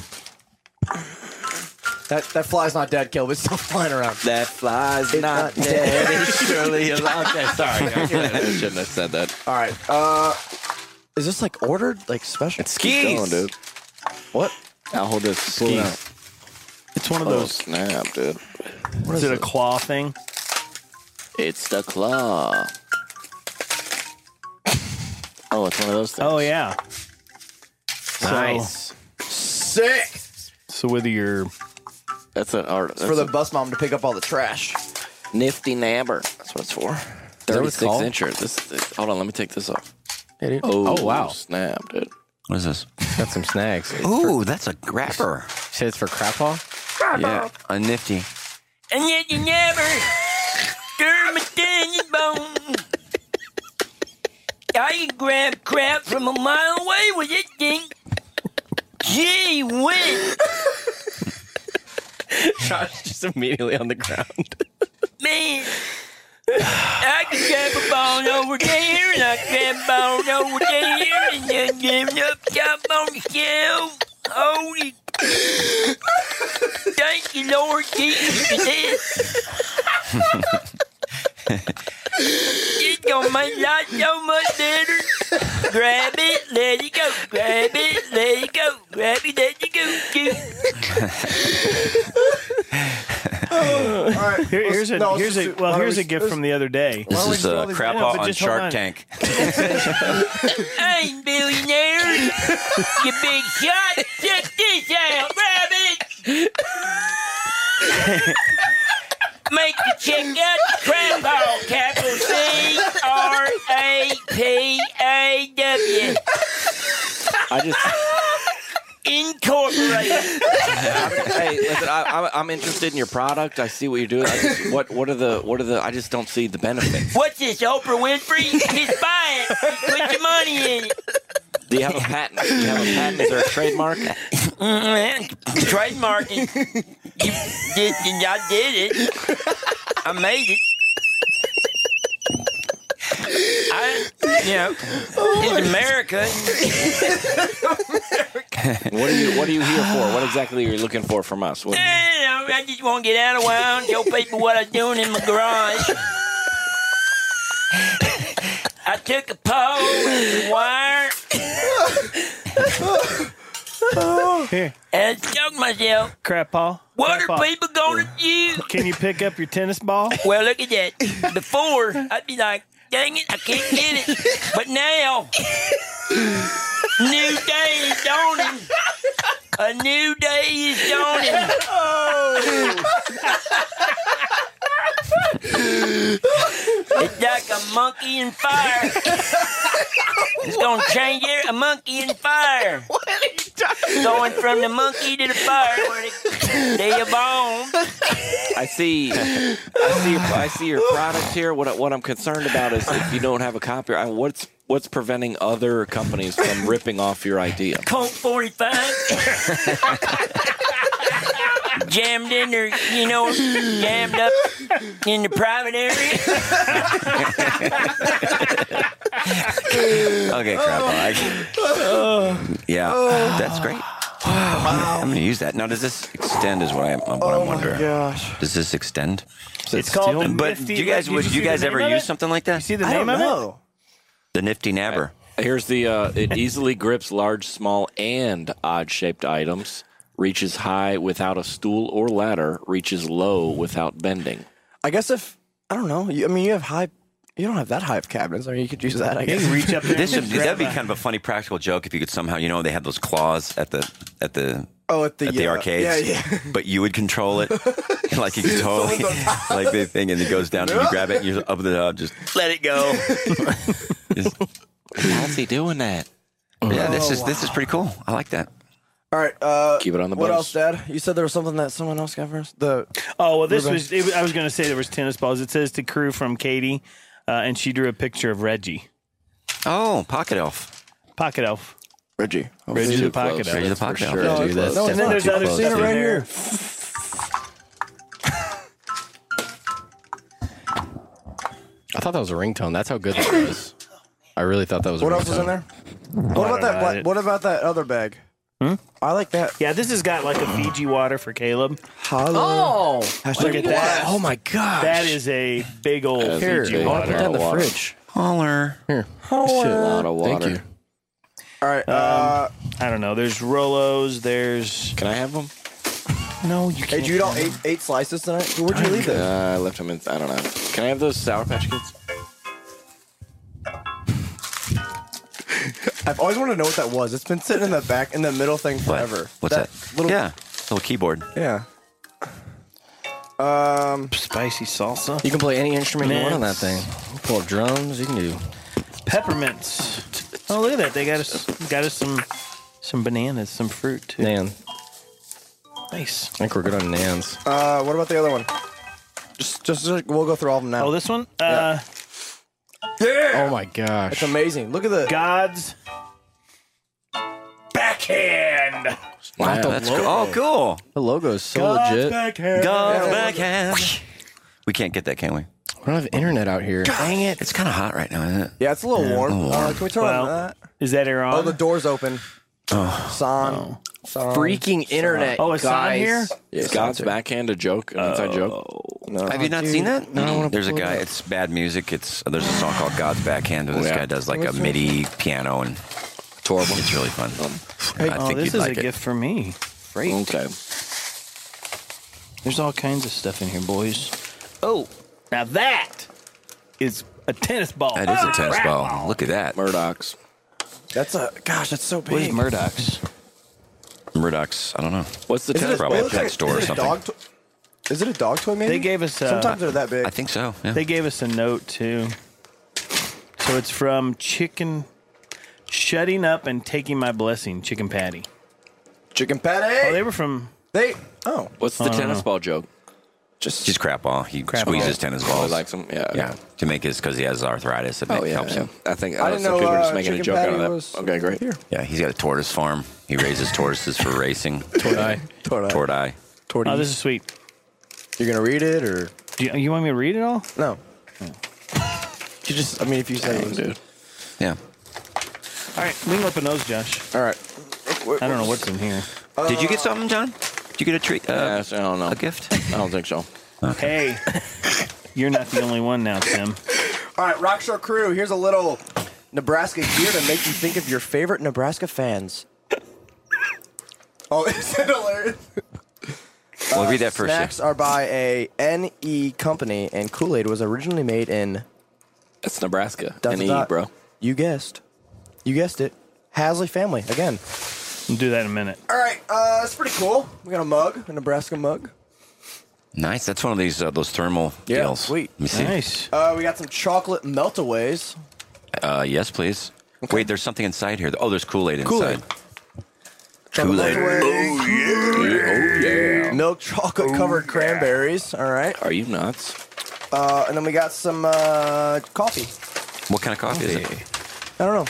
That that fly's not dead, Kill, but it's still [LAUGHS] flying around. That flies not dead. [LAUGHS] surely alive. Okay, sorry. I shouldn't have said that. All right. Uh, is this like ordered, like special? It's skis. Going, dude. What? I'll hold this. Skis. it's one of Oh, those. snap, dude. is it a claw thing? It's the claw. Oh, it's one of those things. Oh yeah. [LAUGHS] Nice. Sick So whether you're That's an art. That's for the a bus mom to pick up all the trash. nifty nabber. That's what it's for. that what it's 36 called? incher. This, this, hold on, let me take this off. Oh, wow. Snap, dude. What is this? Got some snags. You Ooh, that's a grapper. say it's for crap haw? Yeah, a nifty. And yet you never stir my tiny bone. I can grab crap from a mile away with [LAUGHS] this thing. Gee whiz. Josh just immediately on the [LAUGHS] ground. Man, I can grab a bone over there, and I can grab a bone over there, and then give it up top on the shelf. Holy. [LAUGHS] Thank you, Lord Jesus, for this. It's gonna make life so much better. Grab it, let it go. Grab it, let it go. Grab it, let it go. Cute. All right. Here, let's- here's a no, let's here's just a do- well why don't here's we a gift just- from the other day. This is, uh, crap No, but on just Shark hold Tank. I ain't billionaire. you big shot. Check this out, rabbit. Make the check out the crab ball. Capital C R A P A W. I just. Incorporated. [LAUGHS] hey, listen, I, I'm, I'm interested in your product. I see what you're doing. I just, what what are the what are the? I just don't see the benefits. What's this, Oprah Winfrey? Just buy it. Put your money in it. Do you have a patent? Do you have a patent? Is there a trademark? Mm, Trademarking. You did, and I did it. I made it. I, you know, it's America. What are you What are you here for? What exactly are you looking for from us? What, You know, I just want to get out of while and show people what I'm doing in my garage. I took a pole and a wire. [LAUGHS] Here. And I choked myself. Crap, Paul. What Crap, are Paul. people going to do? Can you pick up your tennis ball? Well, look at that. Before, I'd be like, dang it, I can't get it. But now, new day is dawning. A new day is dawning. Oh. it's like a monkey in fire. It's gonna change it. A monkey in fire. What are you talking? Going from the monkey to the fire, where they, they evolve. I see, I see, your, I see your product here. What what I'm concerned about is if you don't have a copyright, what's what's preventing other companies from ripping off your idea? Colt 45. jammed in there, you know, jammed up in the private [LAUGHS] area. Okay, crap on. Yeah, that's great. Wow. I'm going to use that. Now, does this extend? Is what I'm what I'm wondering. gosh. Does this extend? It's called the But nifty- you guys did would you you see the guys name ever of use it? something like that? See the name of it? The nifty nabber. Here's the uh, it easily grips large, small, and odd shaped items. Reaches high without a stool or ladder. Reaches low without bending. I guess if I don't know. You, I mean, you have high. You don't have that high of cabinets. I mean, you could use that. I guess. This would that'd be kind of a funny practical joke if you could somehow you know they had those claws at the at the Oh, at the, at the yeah, arcades. yeah, yeah. [LAUGHS] But you would [LAUGHS] control it. like you could totally [LAUGHS] like the thing and it goes down and you grab it and you're up the uh, just Let it go. How's he doing that? Yeah, this is Oh, this is pretty cool. I like that. All right. Uh, Keep it on the What bus. else, Dad? You said there was something that someone else got first. The Oh well, this Ruben. was. It, was- I was going to say there was tennis balls. It says to crew from Katie, uh, and she drew a picture of Reggie. Oh, pocket elf. Pocket elf. Reggie. Reggie the pocket elf. Reggie the pocket elf. No, dude, that's no, and then definitely there's too other close, stuff dude. right here. I thought that was a ringtone. That's how good that was. I really thought that was. What else was in there? What about that? Black, what about that other bag? I like that. Yeah, this has got like a Fiji water for Caleb. Holla. Look at that. Oh my gosh. That is a big old Fiji E water. Holler. Here. Thank you. All right. Um, uh, I don't know. There's Rolos. There's. Can I have them? No, you Hey, can't. did you don't eat eight slices tonight? Where'd you leave Uh, those? I left them in. I don't know. Can I have those Sour Patch Kids? I've always wanted to know what that was. It's been sitting in the back in the middle thing forever. What's that? Little, yeah, little keyboard. Yeah. Um, spicy salsa. You can play any instrument you want on that thing. You pull up drums. You can do. Peppermints. Oh, look at that. They got us got us some some bananas, some fruit too. Nan. Nice. I think we're good on Nans. Uh, what about the other one? Just, just we'll go through all of them now. Oh, this one. Uh, yeah. Oh my gosh. It's amazing. Look at the God's backhand. Wow, Wow, that's cool. Oh, cool. The logo is so legit. God's backhand. We can't get that, can we? We don't have internet out here. Dang it. It's kind of hot right now, isn't it? Yeah, it's a little warm. a little Uh, warm. can we turn on that? Is that air on? Oh, the door's open. Oh. Son. Son. Freaking internet. Oh, it's on guys. here? Is God's backhand a joke? An inside joke? No. Have you not Dude. seen that? Oh. No, I wanna There's a pull it guy. up. It's bad music. It's uh, there's a song called God's Backhand, and this Oh, Yeah. guy does Oh, like a MIDI piano, and It's horrible. it's really fun. Hey, I oh, think this you'd is like a it. gift for me. Great. Okay. There's all kinds of stuff in here, boys. Oh, now that is a tennis ball. That is a tennis ball. Look at that. Murdoch's. That's a gosh. That's so big. What is Murdoch's? Murdoch's. I don't know. What's the Is it tennis a- Probably it a looks pet like- store is or it a something. dog to- is it a dog toy? Maybe They gave us, uh, Sometimes they're that big. I think so. Yeah. They gave us a note too. So it's from Chicken Shutting Up and Taking My Blessing, Chicken Patty. Chicken Oh, patty. they were from they, oh, What's the tennis ball joke? Just just crap ball. He Crap squeezes ball. tennis Oh, balls. like some, yeah. okay. yeah. To make his because he has arthritis. It Oh, ma- yeah. helps yeah. him. I think I I didn't some know, people were uh, just making a chicken joke out of patty that. was- okay, great. Here. Yeah. He's got a tortoise farm. He raises tortoises for [LAUGHS] racing. Tordai. Tordai. Tortoise. Torties. Oh, this is sweet. You're gonna read it or Do you, you want me to read it all? no? You just. I mean, if you say it, Dude. Yeah. All right, we can open those, Josh. All right. Uh, I don't know what's in here. Did you get something, John? Did you get a treat? Yeah, Uh, so I don't know. A gift? I don't think so. Hey, you're not the only one now, Tim. All right, Rockshore crew. Here's a little Nebraska gear to make you think of your favorite Nebraska fans. oh, [LAUGHS] is that hilarious? Well, read that first. yeah. Snacks are by a NE company, and Kool Aid was originally made in. That's Nebraska. dot, dot, NE, dot. bro. You guessed. You guessed it. Hasley family again. We'll do that in a minute. All right, uh, that's pretty cool. We got a mug, a Nebraska mug. Nice. That's one of these uh, those thermal Yeah, deals. sweet. Let me see. Nice. Uh, we got some chocolate meltaways. Uh, yes, please. Wait, there's something inside here. Oh, there's Kool Aid Kool-Aid. inside. Chocolate Kool-Aid. meltaways, Oh, yeah. milk chocolate Oh, covered cranberries. All right, Are you nuts? uh, and then we got some uh, coffee. What kind of coffee is it? I don't know.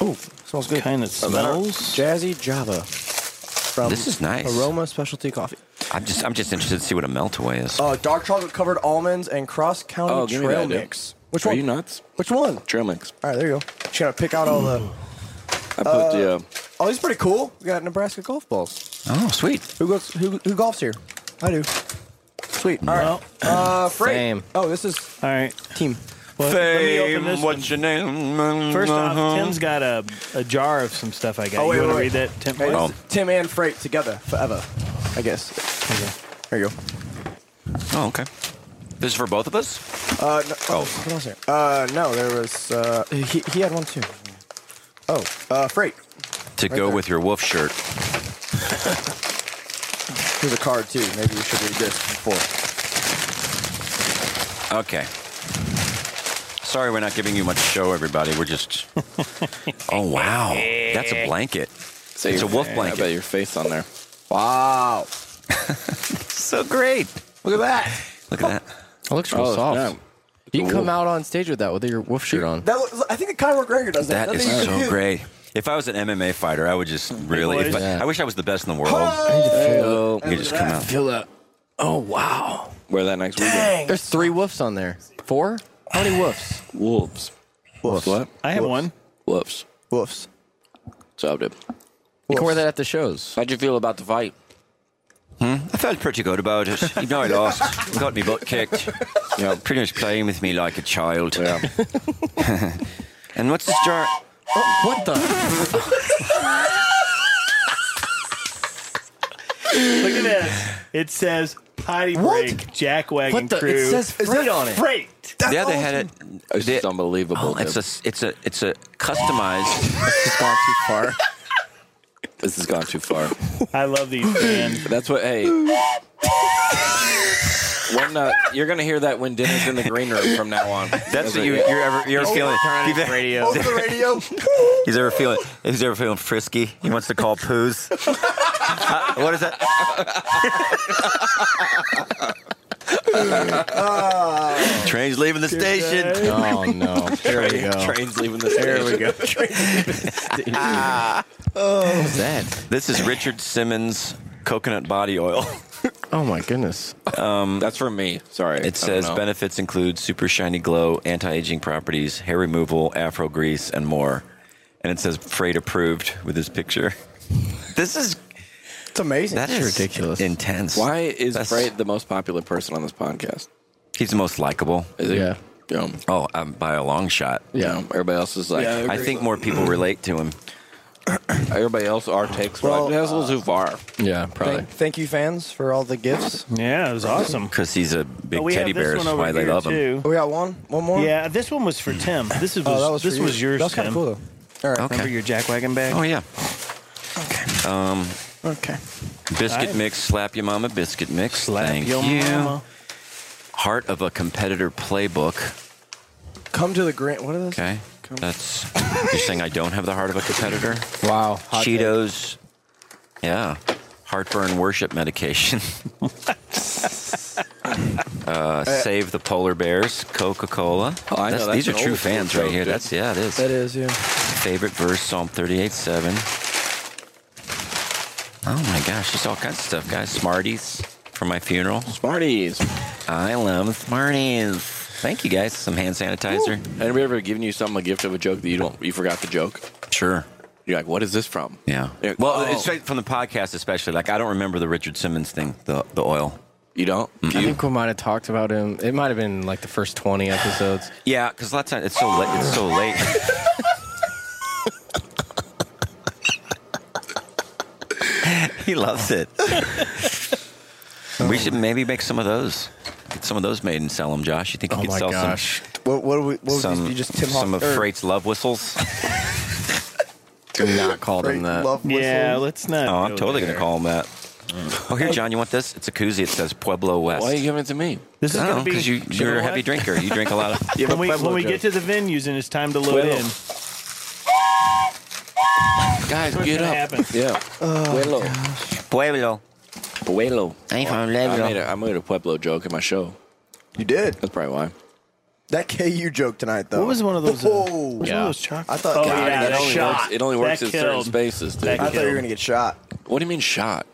Oh, smells good. Kind of smells. Jazzy Java. From This is nice. Aroma Specialty Coffee. I'm just I'm just interested to see what a meltaway is. Uh, dark chocolate covered almonds and cross county Oh, give me trail that, dude. mix. Which Are one? you nuts? Which one? Trail mix. All right, there you go. Just gonna pick out all the. I put the. Uh, Oh, these are pretty cool. We got Nebraska golf balls. Oh, sweet. Who goes? Who, who golfs here? I do. Sweet. All right. Well, Uh, Frank. Fame. Oh, this is all right. team. Well, let me open this one. your name? First Uh-huh. off, Tim's got a, a jar of some stuff I got. Oh, wait, you want wait, wait. to read that, Tim? Hey, this Oh. is Tim and Frank together forever. I guess. There you go. Oh, okay. This is for both of us. Uh, no, oh, what else here? Uh, no, there was. Uh, he, he had one too. Oh, uh, Freight. To go with your wolf shirt. Here's a card too. Maybe we should read this before. Okay. Sorry, we're not giving you much show, everybody. We're [LAUGHS] just. oh wow, that's a blanket. say It's your- a wolf I bet blanket. your face on there. Wow. So great. Look at that. Look at that. It looks real soft. Oh, snap. You can come out on stage with that with your wolf shirt on. That looks, I think the Conor McGregor does that. That is That's so great. If I was an MMA fighter, I would just really. If I, Yeah. I wish I was the best in the world. Oh, You could just come out. feel that. Oh wow. Wear that next weekend. There's three wolves on there. Four? How many wolves? Wolves. Wolves. What? I have one. Wolves. Woofs. What's up, dude? You can wear that at the shows. How'd you feel about the fight? Hmm? I felt pretty good about it. You know, I [LAUGHS] lost. Got me butt kicked. You know, pretty much playing with me like a child. [LAUGHS] and what's this jar? Oh, What the? Look at this. It says potty break, jack wagon What the? crew. It says freight on it. freight. yeah, they had it. It's they- just unbelievable. oh, it's dude. a, it's a, it's a customized. It's gone too far. [LAUGHS] this has gone too far. I love these, man. [LAUGHS] That's what. Hey, when uh, you're gonna hear that when dinner's in the green room from now on. Oh, That's what you, you're ever, you're feeling. He's ever, Over the [LAUGHS] radio. he's ever feeling. He's ever feeling frisky. He wants to call poos. Uh, what is that? Train's leaving the station. Oh [LAUGHS] no! There we go. Train's leaving the station. There we go. [LAUGHS] What was that? This is Richard Simmons coconut body oil. Oh my goodness. Um, That's from me. Sorry. It says benefits include super shiny glow, anti-aging properties, hair removal, afro grease, and more. And it says Freight approved with his picture. This is It's amazing. that is ridiculous, intense. Why is That's- Bright the most popular person on this podcast? He's the most likable. Is it? Yeah. Um, Oh, um, by a long shot. yeah. Everybody else is like. I think more people relate to him. [CLEARS THROAT] Everybody else are takes. Well, Well, that's a little too far. Yeah, probably. Thank, thank you, fans, for all the gifts. Yeah, it was awesome. Because he's a big But we teddy have this bear, is one over why they here, love him. too. We got one, one more. Yeah, this one was for Tim. This was, Oh, that was for this you. was yours, That was kind Tim. of cool. Though. All right. Okay. Remember your jack wagon bag? Oh yeah, Okay. Um, biscuit Nice. mix, slap your mama, biscuit mix. Slap Thank your you. mama. Heart of a competitor playbook. Come to the grant. What are those? Okay. That's you're saying I don't have the heart of a competitor? Wow. Hot take. Cheetos. Yeah. Heartburn worship medication. [LAUGHS] uh, save the polar bears. Coca Cola. Oh, I know, that's these are an true old fans joke, right here. dude. That's yeah, it is. That is, yeah. Favorite verse Psalm 38 7. Oh my gosh, just all kinds of stuff, guys. Smarties for my funeral. Smarties. I love Smarties. Thank you guys. Some hand sanitizer. Anybody ever given you some a gift of a joke that you don't you forgot the joke? Sure. You're like, what is this from? Yeah. You're like, Well, oh, it's straight from the podcast, especially. Like, I don't remember the Richard Simmons thing, the the oil. you don't. I think we might have talked about him. It might have been like the first 20 episodes. Yeah, because a lot of times it's so late. It's so late. [LAUGHS] he loves it. we should maybe make some of those. Get some of those made and sell them, Josh. You think you Oh could my sell gosh. What, what, do we, what some? would you Some, you just Tim Hoff? some of or Freight's [LAUGHS] love whistles. Do not call Freight them that. Love Whistles? Yeah, let's not. Oh, I'm go totally there. gonna call him that. Oh, here, John, you want this? It's a koozie. It says Pueblo West. Why are you giving it to me? This is I gonna don't know be because you, know you're a what? heavy drinker. You drink a lot [LAUGHS] of. When we, when we get to the venues and it's time to load Pueblo. in, Guys, get gonna up. happen. Yeah. Oh, Pueblo. Pueblo. Pueblo. I'm from I made, Lebanon. a, I made a Pueblo joke in my show. You did. That's probably why. That KU joke tonight, though. What was one of those? Uh, Whoa. what was one Yeah. of those chocolates? I thought- Oh, God, yeah, that that only shot. Works- it only works that in killed. certain spaces. Dude. That I thought you were killed. going to get shot. What do you mean shot?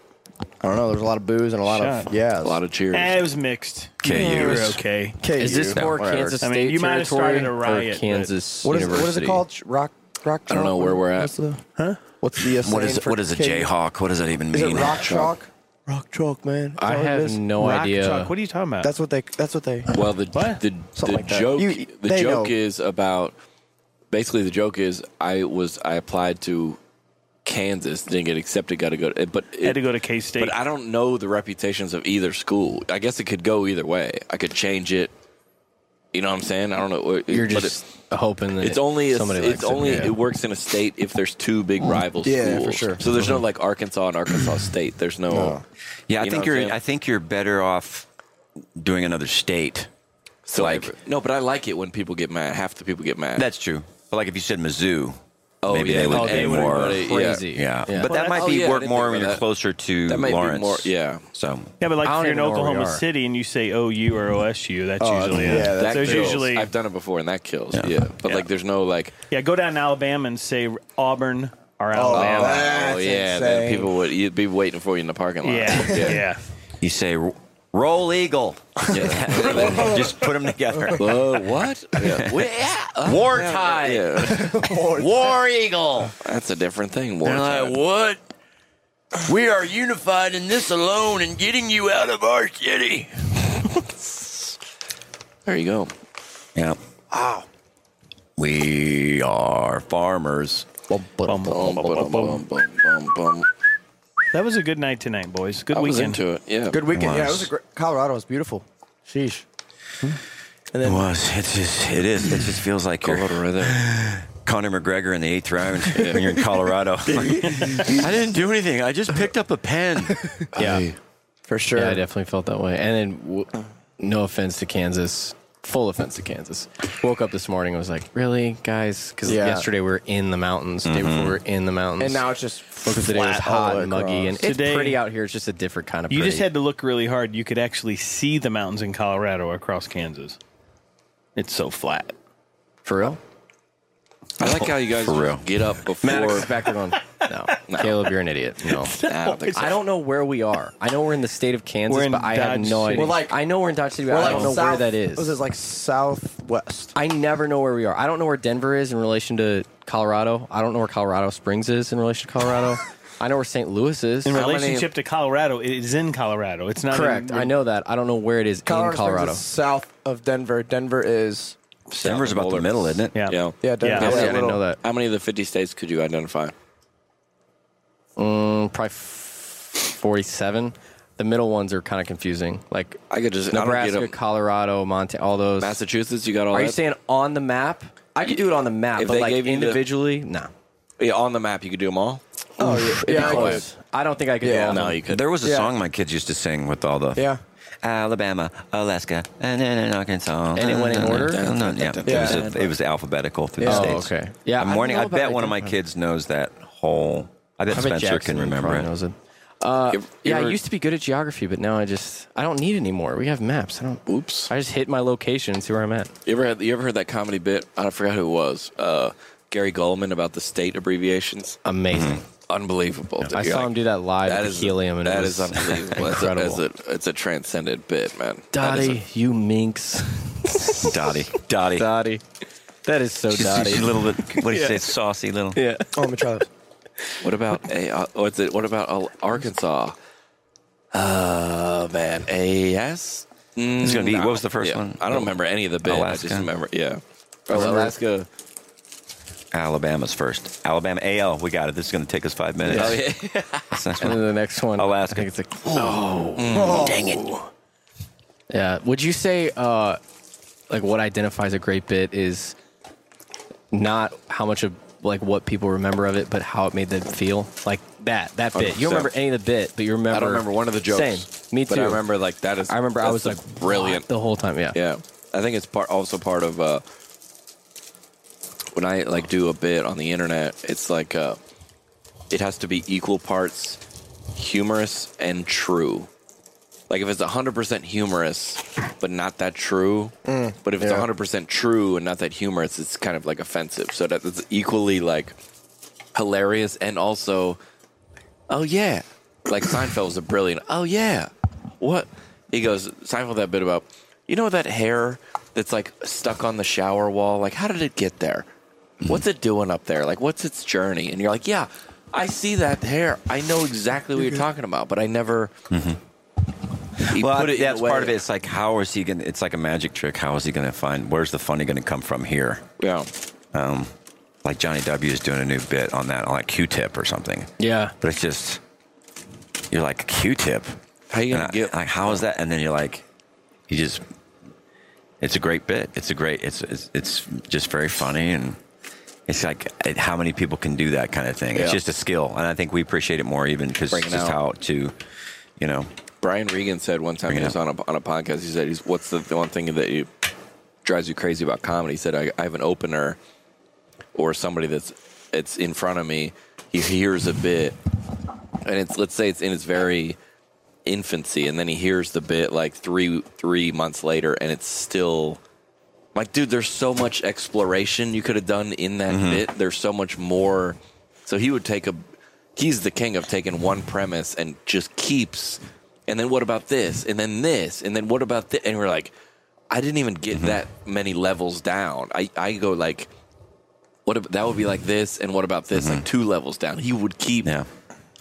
I don't know. There's a lot of booze and a lot Shot. of yeah. A lot of cheers. Eh, it was mixed. Okay, you were yours. okay. KU. Is this more Kansas I State mean, you might have territory started a riot, or but- Kansas what is University? what is it called? Ch- Rock rock. I don't know where we're at. What's the, huh? What's the uh, What saying is for what is a KU? Jayhawk? What does that even Is mean? it rock chalk? Rock chalk, man. Is that I what it have is? no Rock idea. chalk. What are you talking about? That's what they. That's what they. Well, the What? the, the Something like that. joke You- the they joke know. is about basically the joke is I was I applied to Kansas, didn't get accepted, got to go, to, eh, but it, had to go to K State. But I don't know the reputations of either school. I guess it could go either way. I could change it. You know what I'm saying? I don't know. It- You're but just hoping that it- it's only somebody likes it's him, only yeah. it works in a state if there's two big rival Mm. Yeah, schools. for sure. Mm-hmm. So there's no like Arkansas and Arkansas State. There's no. Yeah, I You know what think I'm you're. saying? I think you're better off doing another state. So Like- every- no, but I like it when people get mad. Half the people get mad. That's true. But like if you said Mizzou, oh, maybe yeah. they would Oh, be would've more. been crazy. Yeah. Yeah. but Well, that might oh, be yeah, I work didn't more think when about you're that. closer to That might be Lawrence. more. Yeah. So yeah, but like I if don't you're even in know where we Oklahoma are. City and you say OU or OSU, Oh, that's usually yeah, it. that's That There's kills. usually I've done it before and that kills. Yeah. Yeah. But Yeah. like there's no like yeah. Go down to Alabama and say Auburn or Alabama. That's oh yeah, then insane. people would you'd be waiting for you in the parking lot. [LAUGHS] yeah, yeah. you say "Ro- Roll Eagle. [LAUGHS] Just put them together. Whoa, [LAUGHS] what? Yeah. Wait, yeah. uh, War yeah, Tide. yeah. [LAUGHS] War Eagle. That's a different thing. War They're Tide. like, what? We are unified in this alone and getting you out of our city. [LAUGHS] There you go. Yeah. Wow. We are farmers. Bum, bum, Bum, bum, bum, bum. bum, bum, bum, bum. That was a good night tonight, boys. Good I was weekend. into it. Yeah. Good weekend. Yeah, it Was. was a great. Colorado was beautiful. Sheesh. And It then was. It's just. It is. It just feels like you're Right there. Conor McGregor in the eighth [LAUGHS] round when you're in Colorado. I didn't do anything. I just picked up a pen. Yeah. for sure. Yeah, I definitely felt that way. And then, w- no offense to Kansas, full offense to Kansas. Woke up this morning, I was like, really, guys? Because Yeah. Mm-hmm. yesterday we were in the mountains. Day before we were in the mountains. And now it's just Look at the day it was flat hot all and muggy, and across. it's Today- pretty out here. It's just a different kind of. You just pretty. had to look really hard. You could actually see the mountains in Colorado across Kansas. It's so flat. For real? I like how you guys For real. get [LAUGHS] up before. Maddox back [LAUGHS] on. No. Caleb, you're an idiot. No. I don't think so. I don't know where we are. I know we're in the state of Kansas, We're in but I have Dodge no City. idea. We're like- I know we're in Dodge City, but We're I like don't know south- where that is. Was it like southwest? I never know where we are. I don't know where Denver is in relation to Colorado. I don't know where Colorado Springs is in relation to [LAUGHS] Colorado. I know where St. Louis is. In How many- relationship to Colorado, it is in Colorado. It's not in- correct. I know that. I don't know where it is in Springs Colorado. is south of Denver. Denver is Denver's about the middle, isn't it? Yeah. Yeah. yeah. Denver Yeah, is I a didn't little- know that. How many of the 50 states could you identify? Mm, probably f- 47. The middle ones are kind of confusing. Like I could just I don't get Nebraska, them. Colorado, Montana, all those. Massachusetts, you got all Are that. you saying on the map? I could do it on the map, If but they like gave you the- individually, no. yeah, on the map, you could do them all. Oh yeah, yeah, I guess. Close. I don't think I could do Yeah. all of No, them. you could. There was a Yeah. song my kids used to sing with all the yeah. Alabama, Alaska, and then in Arkansas. And it went in order? No, yeah, it was, it was alphabetical through the Oh, states. okay. Yeah, I I'm warning. don't know I bet about one of my identifying. kids knows that whole. I bet I bet Spencer Jackson can remember probably it. knows it. You- you Uh, Yeah, ever- I used to be good at geography, but now I just I don't need anymore. We have maps. I don't. Oops. I just hit my location and see where I'm at. You ever had, you ever heard that comedy bit? I forgot who it was. Uh, Gary Goldman about the state abbreviations. Mm-hmm. Amazing. Unbelievable. I saw him do that live at the Helium, and that it is was [LAUGHS] unbelievable. It's a- incredible. it's, a, it's, a, transcendent bit, man. That is a- Dottie, you [LAUGHS] minx. Dottie, Dottie. Dottie, that is so She's, Dottie. she's a little bit. What do you say? Saucy little. yeah. Oh, let me try this. What about a? Uh, what's it? What about Al- Arkansas? Uh man, AS. Mm, It's gonna be- no. what was the first Yeah. one? I don't remember any of the bit. I Alaska? just remember, yeah. Alaska. Alabama's first. Alabama AL. We got it. This is going to take us five minutes. Oh yeah. [LAUGHS] [LAUGHS] That's the next And one. then the next one, Alaska. I think it's like, oh. Oh. Oh, Mm. yeah. Would you say, uh, like, what identifies a great bit is not how much of like what people remember of it, but how it made them feel? Like that, that bit. You don't 100%. remember any of the bit, but you remember. I don't remember one of the jokes. Same. Me too. But I remember like that is. I remember I that's was the like "What?" brilliant. the whole time. Yeah. Yeah, I think it's part also part of uh, when I like do a bit on the internet. It's like uh, it has to be equal parts humorous and true. Like if it's hundred percent humorous, but not that true. but if it's yeah. hundred percent true and not that humorous, it's kind of like offensive. So that it's equally like hilarious and also, oh yeah, like Seinfeld was a brilliant. Oh yeah, what he goes Seinfeld that bit about you know that hair that's like stuck on the shower wall. Like how did it get there? What's it doing up there? Like what's its journey? And you're like, yeah, I see that hair. I know exactly what you're talking about, but I never. He Well, put it in that's a way- part of it. It's like how is he going? to It's like a magic trick. How is he going to find? Where's the funny going to come from here? Um, Yeah. Like Johnny W is doing a new bit on that, on like Q-tip or something. Yeah. But it's just you're like Q-tip. How you And gonna I- get? like how is that? And then you're like, you just. It's a great bit. It's a great. It's it's, it's just very funny and. It's like it, how many people can do that kind of thing. It's Yeah. just a skill, and I think we appreciate it more even because Bring it just out. how to, you know, Brian Regan said one time Bring he it was up. on a, on a podcast. He said, he's, "What's the, the one thing that you, drives you crazy about comedy?" He said, I, "I have an opener, or somebody that's it's in front of me. He hears a bit, and it's let's say it's in its very infancy, and then he hears the bit like three three months later, and it's still." Like, dude, there's so much exploration you could have done in that Mm-hmm. bit. There's so much more. So he would take a. He's the king of taking one premise and just keeps. And then what about this? And then this? And then what about this? And we're like, I didn't even Mm-hmm. get that many levels down. I, I go like, what ab- that would be like this, and what about this? Like two levels down. He would keep Mm-hmm. yeah.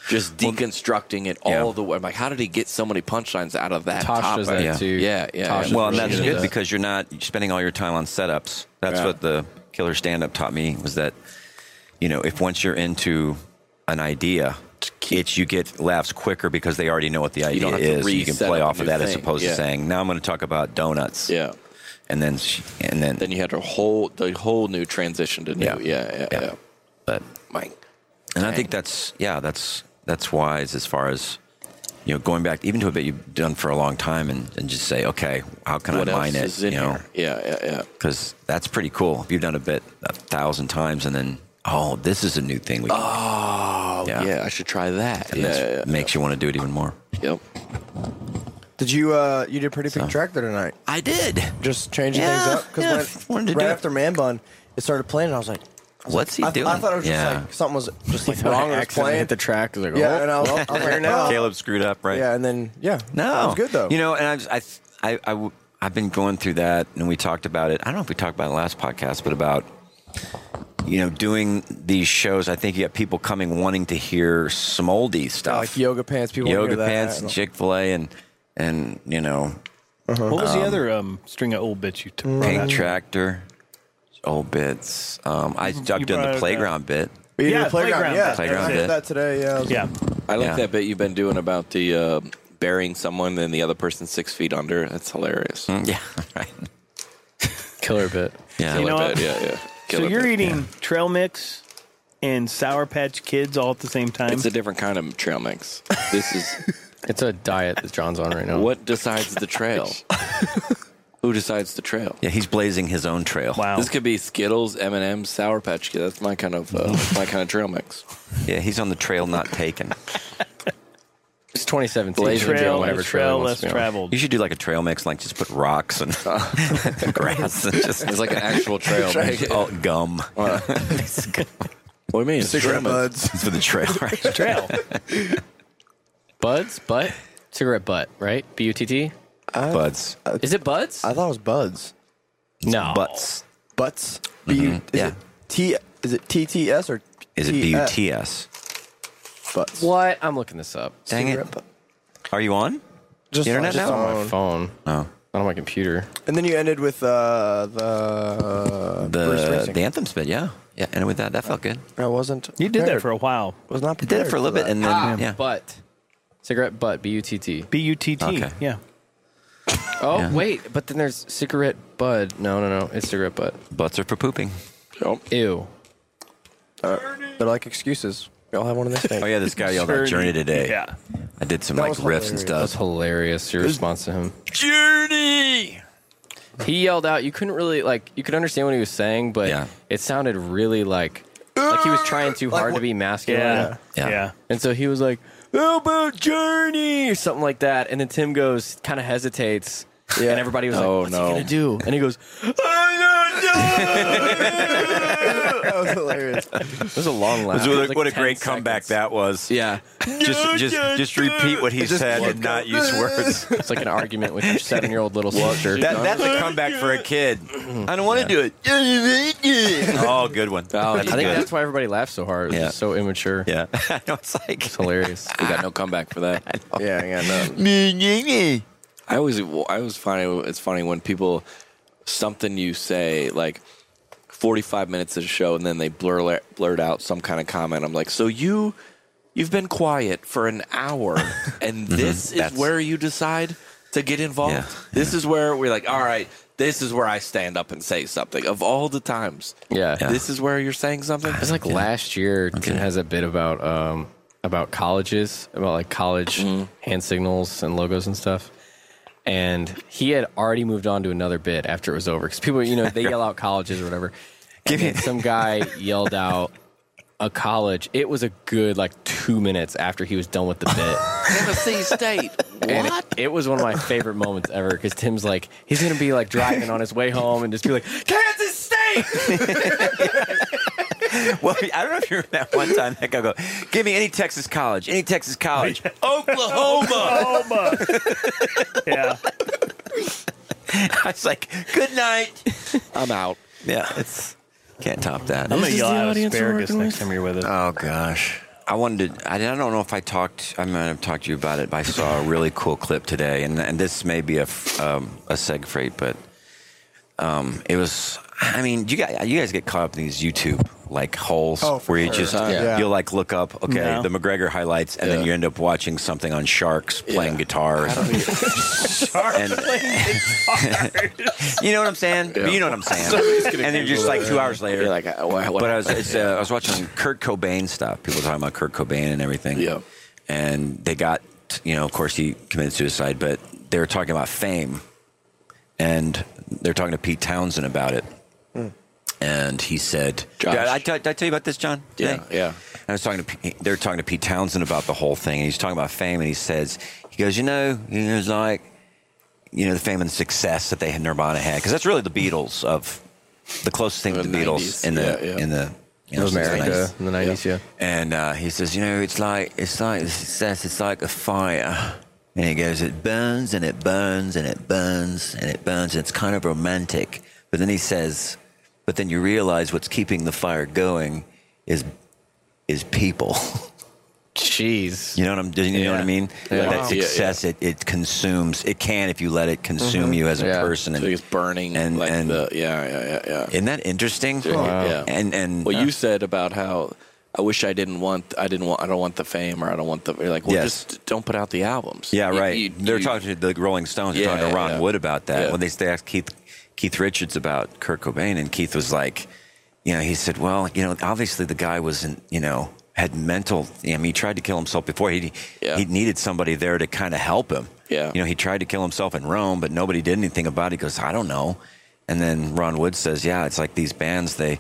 just deconstructing it all Yeah. the way. I'm like, how did he get so many punchlines out of that? Tosh top does that yeah. too. Yeah, yeah. Tosh is well, and really that's into good that. because you're not spending all your time on setups. That's Yeah. what the killer stand up taught me was that, you know, if once you're into an idea, it's you get laughs quicker because they already know what the idea don't have to is. You can reset play up a off of new that as thing. opposed Yeah. to saying, "Now I'm going to talk about donuts." Yeah. and then sh- and then, Then you had a whole the whole new transition to new. Yeah, Yeah. yeah, yeah. Yeah. but Mike. and I think that's yeah, that's that's wise as far as you know, going back even to a bit you've done for a long time and, and just say, okay, how can What I else mine it? is in you know, here? Yeah, yeah, yeah. because that's pretty cool. If you've done a bit a thousand times and then, oh, this is a new thing. We oh, yeah. I should try that. And Yeah, that's- yeah, yeah. makes you want to do it even more. Yep. Did you uh you did pretty big tractor tonight? I did. Just changing Yeah, things up yeah, because I wanted to right do it. after Man Bun, it started playing, and I was like, I was What's like- he I, th- I doing? thought it was Yeah. just like something [LAUGHS] was just like [LAUGHS] I wrong. It was accidentally playing. hit the track. I was like, yeah, oh, and [LAUGHS] I was, well, I was [LAUGHS] like, no. Caleb screwed up, right? Yeah, and then yeah, No, it was good though. You know, and I, was- I, th- I, I w- I've been going through that, and we talked about it. I don't know if we talked about it last podcast, but about you know doing these shows. I think you got people coming wanting to hear some oldie stuff, like yoga pants, people wanna yoga hear that. pants and Chick Fil A, and and you know, Uh-huh. What was the other um, string of old bits you Mm. took? Pink Tractor, old bits. Um, I You I've brought done it the up. playground bit. We did Yeah, a playground, playground yeah, bit. Playground I did bit. that today. Yeah, I was- Yeah, I like Yeah. that bit you've been doing about the uh, burying someone and the other person six feet under. That's hilarious. [LAUGHS] Yeah, right. killer bit. Yeah, You Killer know bit. what? Yeah, yeah. so Killer you're bit. eating trail mix and Sour Patch Kids all at the same time. It's a different kind of trail mix. This is [LAUGHS] It's a diet that John's on right now. what decides the [LAUGHS] trail. Who decides the trail? yeah. He's blazing his own trail. wow. This could be Skittles, M and M's, Sour Patch Kids. That's my kind of [LAUGHS] uh, my kind of trail mix. Yeah, he's on the trail not taken. It's 2017. Blazing Joe, trail, whatever trail he wants less to be on. traveled. You should do like a trail mix, like just put rocks and [LAUGHS] grass and just It's like an actual [LAUGHS] trail mix. all gum. What do you mean? It's a trail cigarette mix. buds. It's for the trail, right? trail. [LAUGHS] Buds, butt, cigarette butt, right? B U T T. Buds. Is it buds? I thought it was buds, no. Butts. Mm-hmm. butts. B U- is yeah. it T? Is it T T S or Is it B U T S? Butts. What? I'm looking this up. Dang it. Cigarette butt. Are you on? Just Internet just now? on my My phone. phone. Oh. Not on my computer. And then you ended with uh, the Bruce Uh, The Springsteen. the anthem spit, yeah. Yeah, and with that, that felt good. I wasn't. You did that prepared. for a while. Ah. Was not It did it for a little bit and then yeah. Ah, Butt. Cigarette butt. B U T T. B U T T. Okay. Yeah. Oh Yeah. wait, but then there's cigarette bud. No, no, no. It's cigarette butt. Butts are for pooping. Ew. They're like excuses. We all have one of these things. Oh yeah, this guy yelled out journey today. Yeah. I did some That like was riffs and That's stuff. hilarious. Your response to him. Journey. He yelled out. You couldn't really like. You could understand what he was saying, but Yeah. it sounded really like like he was trying too hard to be masculine. Yeah. Yeah. Yeah. And so he was like, "How about Journey?" or something like that. And then Tim goes, kind of hesitates, and everybody was Oh, like, "What's no. he gonna do?" And he goes, that was hilarious. "It was a [LAUGHS] long laugh." It was like 10 seconds. that was. Yeah, Just just just repeat what he said and not use words. [LAUGHS] it's like an argument with your seven-year-old little sister. That, that's a comeback for a [LAUGHS] kid. I don't want to do it. oh, good one. I think that's why everybody laughed so hard. It was Yeah. just so immature. yeah. [LAUGHS] I know it's like Hilarious. We got no comeback for [LAUGHS] that. Yeah, yeah, no. I always I always find it- it's funny when people something you say like 45 minutes of the show and then they blur blurt out some kind of comment. I'm like, "So you you've been quiet for an [LAUGHS] hour and this is Mm-hmm. That's- where you decide to get involved. Yeah, This is where we're like, "All right, this is where I stand up and say something." Of all the times. Yeah. This is where you're saying something. It's like last year, Tim has a bit about um, about colleges, about like college hand signals and logos and stuff. And he had already moved on to another bit after it was over because people, you know, they yell out colleges or whatever. And then some guy yelled out a college. It was a good like two minutes after he was done with the [LAUGHS] bit. Tennessee [LAUGHS] State. And it, it was one of my favorite moments ever because Tim's like, he's gonna be like driving on his way home and just be like, [LAUGHS] Kansas State. [LAUGHS] Well, I don't know if you remember that one time that guy go, "Give me any Texas college, any Texas college, Oklahoma." Oh, [LAUGHS] but. yeah. I was like, "Good night." [LAUGHS] I'm out. Yeah, it's can't top that. I'm gonna yell out asparagus next time you're with us. Oh gosh. I wanted to. I I don't know if I talked. I might have talked to you about it, but I saw a really cool clip today, and and this may be a f- um, a seg freight, but um, it was. I mean, you guys, you guys get caught up in these YouTube like holes Oh, for where you sure. just Yeah. you'll like look up okay Yeah. the McGregor highlights, and then Yeah. you end up watching something on sharks playing guitar. And- [LAUGHS] you know what I'm saying? You know what I'm [LAUGHS] saying? and then just like two hours later, You're like, "Uh, wha- what but I was, it's, uh, I was watching Kurt Cobain stuff. People talking about Kurt Cobain and everything. Yeah. And they got fact, you know, of course, he committed suicide, but they were talking about fame, and they're talking to Pete Townsend about it, Mm. and he said, Josh. Yeah, I, t- did I tell you about this, John? [LAUGHS] Yeah, today? yeah. I was talking to P- they're talking to Pete Townsend about the whole thing, and he's talking about fame, and he says he goes, you know, he was like, you know, the fame and success that they had Nirvana had, because that's really the Beatles of the closest thing to the Beatles 90s, in the yeah, yeah. in the you know, since the America 90s. in the 90s, yeah. And uh, he says, you know, it's like it's like the success. It's like a fire. And he goes, it burns and it burns and it burns and it burns. And it's kind of romantic. But then he says, but then you realize what's keeping the fire going is is people. Jeez. You know what I'm doing? You know what I Yeah. mean? Yeah. Like Wow. That success, It, it consumes. It can if you let it consume Mhm. you as a Yeah. person. And, So it's burning. And, like and the, yeah, yeah, yeah, yeah. isn't that interesting? Yeah. And and uh, what you said about how I wish I didn't want I didn't want I don't want the fame or I don't want the like well Yes. just don't put out the albums. Yeah, You- right. you- They're you- talking to the Rolling Stones. They're Yeah, talking to yeah, Ron yeah. Wood about that. Yeah. When they, they asked Keith Keith Richards about Kurt Cobain, and Keith was like, you know, he said, well, you know, obviously the guy wasn't, you know, had mental. I mean, he tried to kill himself before. He Yeah. he needed somebody there to kind of help him. Yeah. You know, he tried to kill himself in Rome, but nobody did anything about it. He goes, I don't know. And then Ron Wood says, yeah, it's like these bands. They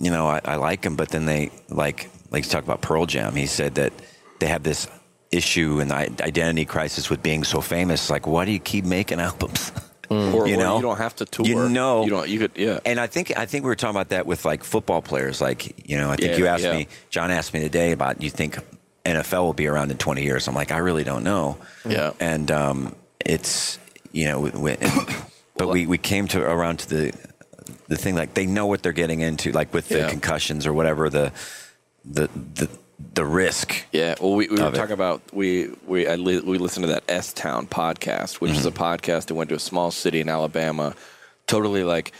you know, I, I like them, but then they like like you talk about Pearl Jam. He said that they have this issue and i- identity crisis with being so famous. Like, why do you keep making [LAUGHS] albums? or, you or know? you don't have to tour. You know, you don't you could yeah. and I think I think we were talking about that with like football players. Like, you know, I think Yeah, you asked yeah. me, John asked me today about you think NFL will be around in 20 years. I'm like, I really don't know. Yeah. And um, it's you know, we, [COUGHS] we, but we, we came to around to the the thing like they know what they're getting into, like with the Yeah. concussions or whatever the the the the risk. Yeah, well, we, we were Of it. talking about we we I li- we listened to that S Town podcast, which is a Mm-hmm. podcast that went to a small city in Alabama, totally like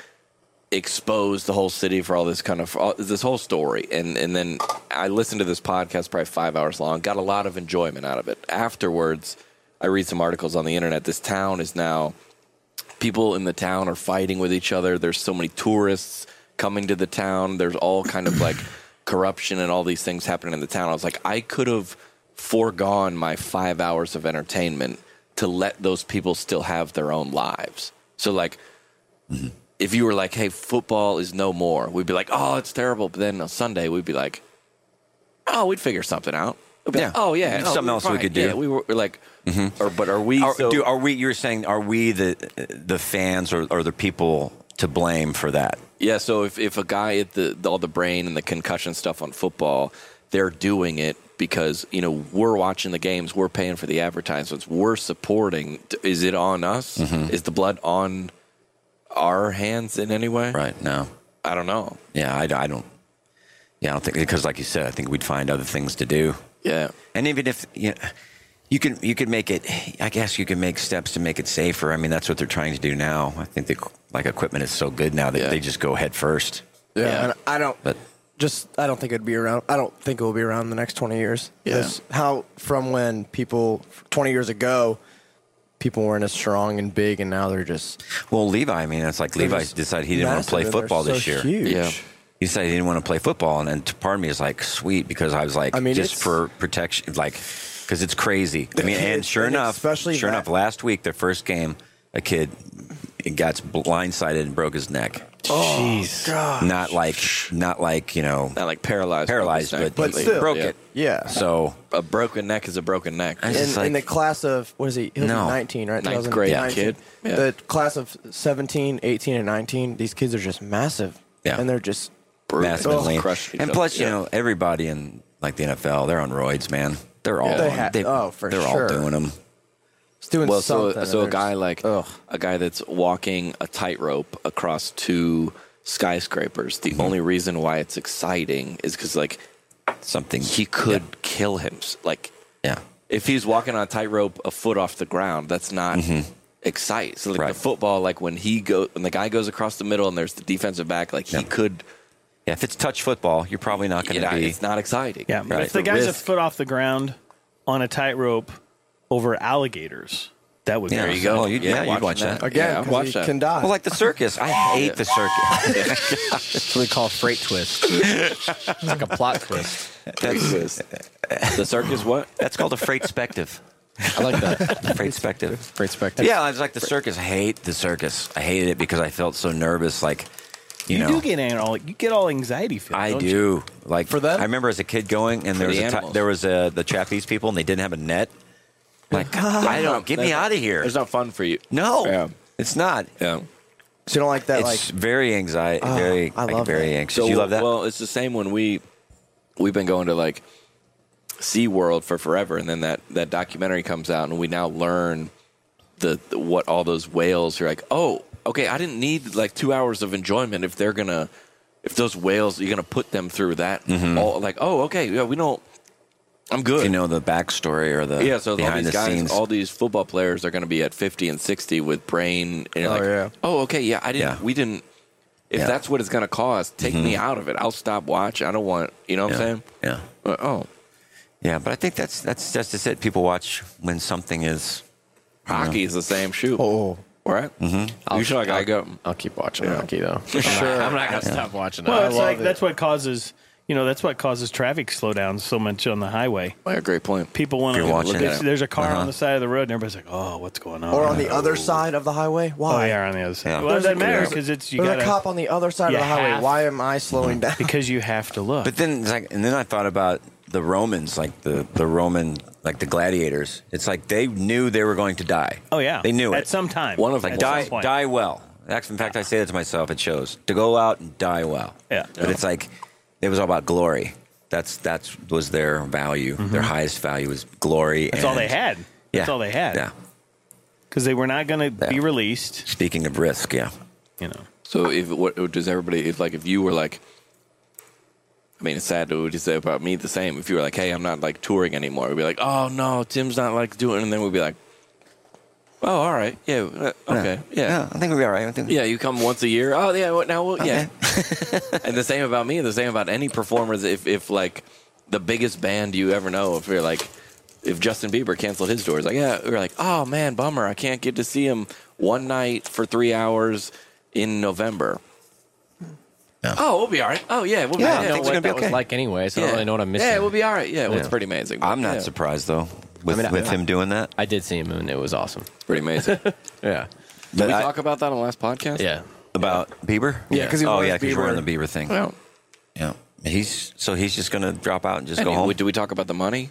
exposed the whole city for all this kind of all, this whole story, and and then I listened to this podcast probably five hours long, got a lot of enjoyment out of it. Afterwards, I read some articles on the internet. This town is now people in the town are fighting with each other. There's so many tourists coming to the town. There's all kind of [CLEARS THROAT] like corruption and all these things happening in the town. I was like, I could have foregone my five hours of entertainment to let those people still have their own lives. So like Mm-hmm. if you were like, hey, football is no more, we'd be like, oh, it's terrible. But then on Sunday, we'd be like, oh, we'd figure something out. We'd be like, Yeah. oh, yeah. Something we're else we fine. could do. Yeah, we were, we're like, or, but are we. Mm-hmm. Are, so- do, are we? You were saying, are we the the fans or, or the people to blame for that? Yeah, so if, if a guy at the, the all the brain and the concussion stuff on football, they're doing it because you know we're watching the games, we're paying for the advertisements, we're supporting. D- Is it on us? Mm-hmm. Is the blood on our hands in any way? Right? No. I don't know. Yeah, I, I don't. Yeah, I don't think because, like you said, I think we'd find other things to do. Yeah, And even if you, know, you can you can make it. I guess you can make steps to make it safer. I mean, that's what they're trying to do now. I think the like equipment is so good now that Yeah. they just go head first. Yeah, and I don't. But just I don't think it'd be around. I don't think it will be around in the next twenty years. Yeah. This- How from when people twenty years ago, people weren't as strong and big, and now they're just well, Levi. I mean, it's like Levi decided he didn't want to massive play and they're football so this year. Huge. Yeah. He decided he didn't want to play football, and, and part of me is like sweet because I was like, I mean, just it's- for protection, like because it's crazy. I mean, [LAUGHS] and It's- sure and enough, especially sure that- enough, last week their first game, a kid got blindsided and broke his neck. Oh, Oh, Jeez. Not like, not like you know, not like paralyzed, paralyzed, broken neck, but, But he still. broke Yeah. it. Yeah. So A broken neck is a broken neck. I in, just like, in the class of what is he? He'll No. be 19, right? Ninth 2019. grade kid. Yeah. The class of 17, 18, and 19. These kids are just massive. Yeah. And they're just massive and Oh. lean. Crushed each And other. plus, you Yeah. know, everybody in like the NFL, they're on roids, man. They're all They on, ha- they, oh, for they're all sure. doing them. it's doing well, so something. so and they're a guy just- like ugh. a guy that's walking a tightrope across two skyscrapers. Mm-hmm. The only reason why it's exciting is because like Something he could kill him. Like Yeah. if he's walking on a tightrope a foot off the ground, that's not exciting. So like Mm-hmm. Right. the football, like when he go when the guy goes across the middle and there's the defensive back, like he could. Yeah, if it's touch football, you're probably not You going know, to be. It's not exciting. Yeah, but Right. if the The guy's a risk. foot off the ground on a tightrope over alligators, that would Yeah. be There you go. awesome. Oh, you'd- yeah, you'd watching watch that. Again, yeah, 'cause watch he that. can die. Well, like the circus, [LAUGHS] I hate the circus. That's what we call freight twist. it's like a plot twist. That's, the circus. What? that's called a freight spective. I like [LAUGHS] that. Perspective. Perspective. Yeah, I was like the circus. I hate the circus. I hated it because I felt so nervous. Like, you, You, know, do get an- all you get all anxiety. Feel, I don't do. you? Like for them, I remember as a kid going, and For there the was a ti animals. there was a the trapeze people, and they didn't have [LAUGHS] a net. Like, I don't get me out of here. It's not fun for you. No, it's not. Yeah. So you don't like that? It's very anxiety. Oh, very, I like, love very that. anxious. So, you love that? Well, it's the same when we we've been going to like Sea World for forever, and then that that documentary comes out, and we now learn the, the- what all those whales. You're like, oh, okay, I didn't need like two hours of enjoyment if they're gonna if those whales you're gonna put them through that. Mhm. All like, oh, okay, yeah, we don't. I'm good. If you know the backstory or the yeah, so all behind these the guys, scenes. all these football players are going to be at 50 and 60 with brain. And you're Oh, like, yeah. oh, okay, yeah, I didn't, Yeah. we didn't. If Yeah. that's what it's going to cost, take me Mhm. out of it. I'll stop watch. I don't want, you know what I'm saying? Yeah. Uh, oh. Yeah, but I think that's that's that's just it. People watch when something is. Hockey is the same shoe. Oh, all right. Mm-hmm. I'll, should I gotta I'll, go. I'll keep watching hockey though. For I'm sure. Not, I'm not gonna Yeah. stop watching it. Well, I it's love like it. that's what causes you know that's what causes traffic slowdowns so much on the highway. Well, great point. People want If you're to. watching There's, it. there's a car Uh-huh. on the side of the road, and everybody's like, "Oh, what's going on?" Or on the Oh. other side of the highway? Why? Oh, yeah, on the other side. Yeah. Well, it doesn't There's a- matter because it's you There's got a cop on the other side you of the highway. have- Why am I Mm. slowing down? [LAUGHS] because you have to look. But then, it's like, and then I thought about the Romans, like the the Roman, like the gladiators. It's like they knew they were going to die. Oh yeah, They knew at it some time. One of them at die some point. die well. Actually, in fact, I say that to myself. It shows to go out and die well. Yeah. but it's like it was all about glory. That's that's was their value. Their highest value was glory. Mm-hmm. That's and, all they had. That's Yeah. all they had. Yeah. Because they were not going to be released. Speaking of risk, yeah. You know. So if what does everybody if like if you were like I mean it's sad to just say about me the same. If you were like, hey, I'm not like touring anymore, we'd be like, Oh no, Tim's not like doing it," and then we'd be like Oh, all right. Yeah. uh, Okay. Yeah. Yeah, I think we'll be all right. I think Yeah. You come once a year. Oh, yeah. What now? Well, yeah. and the same about me. The same about any performers. If, if like the biggest band you ever know, if you're like, if Justin Bieber canceled his tours, like, yeah, we are like, oh man, bummer. I can't get to see him one night for three hours in November. Oh, we'll be all right. Oh yeah, we'll be. yeah, I yeah, don't know we'll- what that was like anyway, so I Yeah. don't really know what I'm missing. Yeah, we'll be all right. Yeah, well, it's Yeah. pretty amazing. I'm not Yeah. surprised though I with mean, I- with him doing that. I did see him and it was awesome. Pretty amazing. [LAUGHS] Yeah. Did we I- talk about that on last podcast? Yeah. About Bieber? Yeah, 'cause he oh wears yeah, because Bieber. you're wearing the Bieber thing. Well, Yeah, he's so he's just gonna drop out and just And go he- home. Did we talk about the money?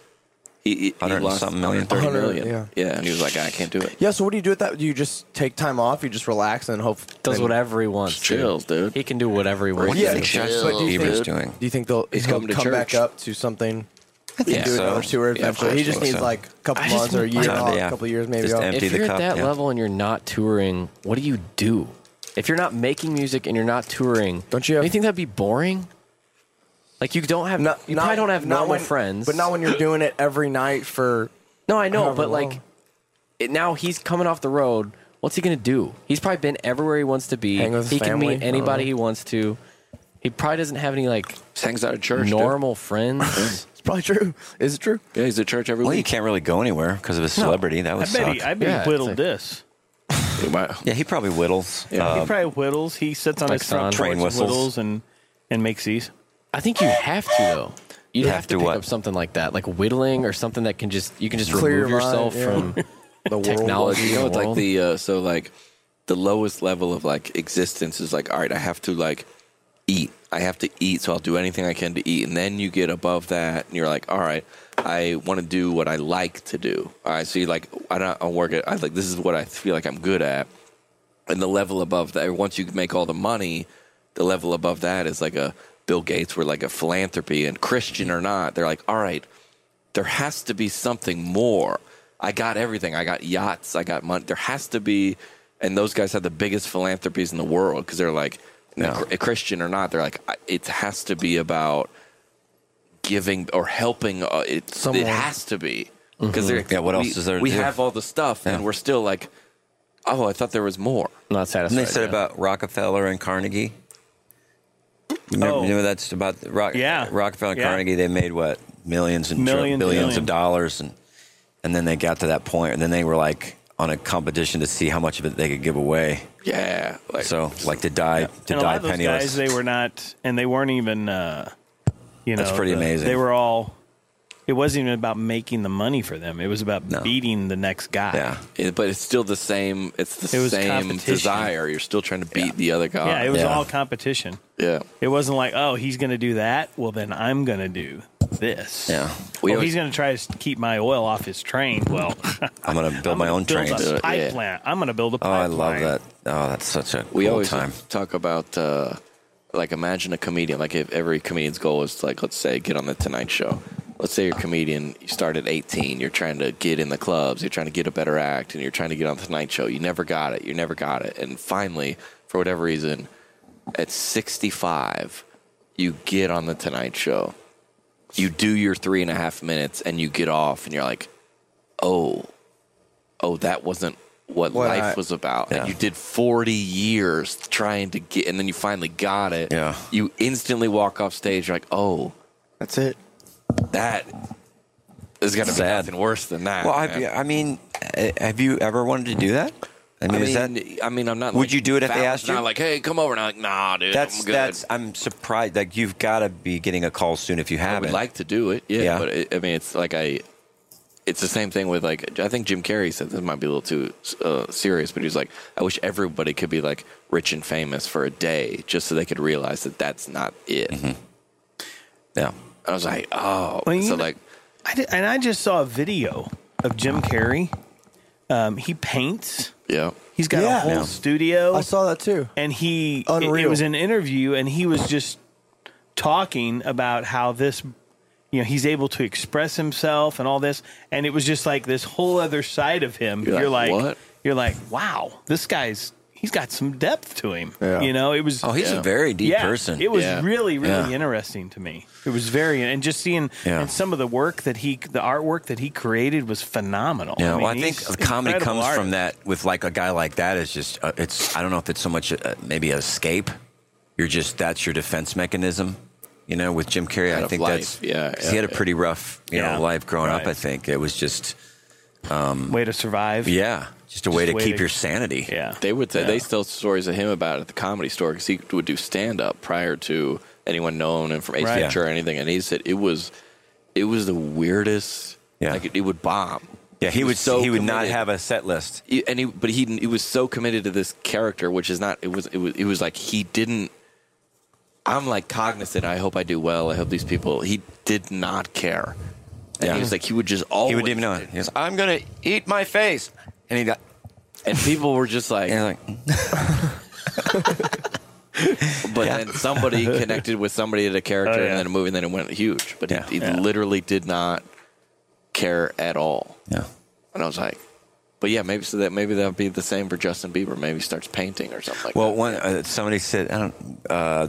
He, he, he 100 and lost something million. 130 100, million. yeah. yeah, and he was like, I can't do it. Yeah, so what do you do with that? Do you just take time off? You just relax and hope Does whatever he wants. Chills, dude. He can do whatever he wants. What do you Yeah, think chills, Justin but do you Bieber's think- doing? Do you think they'll He's he'll coming to come back church. up to something? I think do so. another tour Yeah, of eventually. course, he just I think needs so. like a couple I just months or a want- year, Yeah, off, yeah. a couple years maybe. Just off. empty if the you're cup, at that yeah. level and you're not touring, what do you do? If you're not making music and you're not touring, Don't you have- do you think that'd be boring? Like you don't have, Not- you not- probably don't have not normal when- friends. but not when you're doing it every night for. No, I know, however but like long. it, now he's coming off the road. What's he gonna do? He's probably been everywhere he wants to be. Hang with his he can family, meet I don't anybody know. he wants to. He probably doesn't have any like Just hangs out at church. dude. normal friends. It's probably true. Is it true? Yeah, he's at church every Well, you week. can't really go anywhere because of his celebrity. That I would bet suck. he, I bet Yeah, he it's whittled like- this. yeah, he probably whittles. Yeah. He Uh, probably whittles. He sits on like his front son. porch, Train whistles. whittles, and and makes these. I think you have to though. You'd You have, have to, to pick what? up something like that, like whittling or something that can just you can just Clear remove your yourself mind, [LAUGHS] from [LAUGHS] The world. technology. you know, and it's the like world. the uh, so like the lowest level of like existence is like, all right, I have to like eat. I have to eat, so I'll do anything I can to eat. And then you get above that, and you're like, all right, I want to do what I like to do. All right, so you like, I don't, I work at, I like this is what I feel like I'm good at. And the level above that, once you make all the money, the level above that is like a Bill Gates, where like a philanthropy and Christian or not, they're like, all right, there has to be something more. I got everything. I got yachts. I got money. There has to be, and those guys have the biggest philanthropies in the world because they're like, a Christian or not, they're like, I- it has to be about giving or helping. Uh, it, Someone. it has to be because they're like, Yeah, what we- else is there to We do? have all the stuff, and Yeah. we're still like, oh, I thought there was more. not and satisfied. they said yeah. about Rockefeller and Carnegie. Remember, Oh. remember that's about the Rock, Yeah. Rockefeller and Yeah. Carnegie. They made what millions and tr- Millions, billions millions. of dollars, and and then they got to that point, and then they were like on a competition to see how much of it they could give away. Yeah, like So like to die to and a die lot of those penniless. guys, they were not, and they weren't even. Uh, you know, That's pretty the- amazing. They were all It wasn't even about making the money for them. It was about beating the next guy. Yeah. It- but it's still the same. It's the It was same competition. desire. You're still trying to beat the other guy. Yeah, it was all competition. Yeah. It wasn't like, oh, he's going to do that. Well, then I'm going to do this. Yeah. We We he's always- going to try to keep my oil off his train. Well, [LAUGHS] I'm gonna build my own build train. a pipe plant. I'm going to build a Oh, I pipe love plant. that. Oh, that's such a we cool always time. talk about uh, like imagine a comedian like if every comedian's goal is like let's say get on the tonight show let's say you're a comedian you start at 18 you're trying to get in the clubs you're trying to get a better act and you're trying to get on the tonight show you never got it you never got it and finally for whatever reason at 65 you get on the tonight show you do your three and a half minutes and you get off and you're like oh oh that wasn't what, What life I- was about Yeah. and you did 40 years trying to get and then you finally got it Yeah. you instantly walk off stage you're like oh That's it. that is gonna be Sad. nothing worse than that Well, man. I, I mean, uh, have you ever wanted to do that? I mean, I is that mean, I mean, I'm not. Would like, you do it if they Fallon's asked you? Not like, hey, come over. And I'm like, nah, dude. that's I'm good. that's? I'm surprised. Like you've got to be getting a call soon if you I haven't. would like to do it. Yeah, Yeah. but it, I mean, it's like I. It's the same thing with like I think Jim Carrey said this might be a little too uh, serious, but he's like, I wish everybody could be like rich and famous for a day, just so they could realize that that's not it. yeah. I was like, oh, Well, you so know- like, I did- and I just saw a video of Jim Carrey. Um, he paints. yeah, He's got a Yeah. whole studio. I saw that too. and he it- It, Unreal. was an interview and he was just talking about how this you know he's able to express himself and all this and it was just like this whole other side of him You're you're, like, like, "What?" you're like wow this guy's he's got some depth to him Yeah. you know it was Oh, he's Yeah. a very deep yeah, person. It was Yeah. really, really Yeah. interesting to me. It was very, and just seeing Yeah. and some of the work that he, the artwork that he created was phenomenal. Yeah, mean, well, I think he's the comedy incredible comes from artist. that. With like a guy like that is just uh, it's. I don't know if it's so much uh, maybe an escape. You're just that's your defense mechanism. You know, with Jim Carrey, Out I of think life, that's yeah, 'cause yeah, he had a yeah. pretty rough you Yeah, know life growing up. right. I think it was just um, way to survive. yeah, just a way Just to way keep to- your sanity. yeah. They would say they still stories of him about it at the comedy store because he would do stand up prior to anyone knowing him from Ace Right. Ventura or anything, and he said it was it was the weirdest. Yeah. like it, it would bomb. Yeah, he, would. was so he would not committed. have a set list. He- and he, but he he was so committed to this character, which is not. It was it was it was like he didn't. I'm like cognizant. I hope I do well. I hope these people. He did not care. And Yeah. he was like he would just always. He would even know. it. He was, I'm gonna eat my face, and he got. And people were just like, And like, [LAUGHS] but then somebody connected with somebody at a character Oh, yeah. and then a movie and then it went huge but Yeah. he, he Yeah. literally did not care at all yeah, and i was like but yeah maybe so that maybe that'll be the same for justin bieber maybe he starts painting or something like Well, that. one uh, somebody said, I don't. Uh,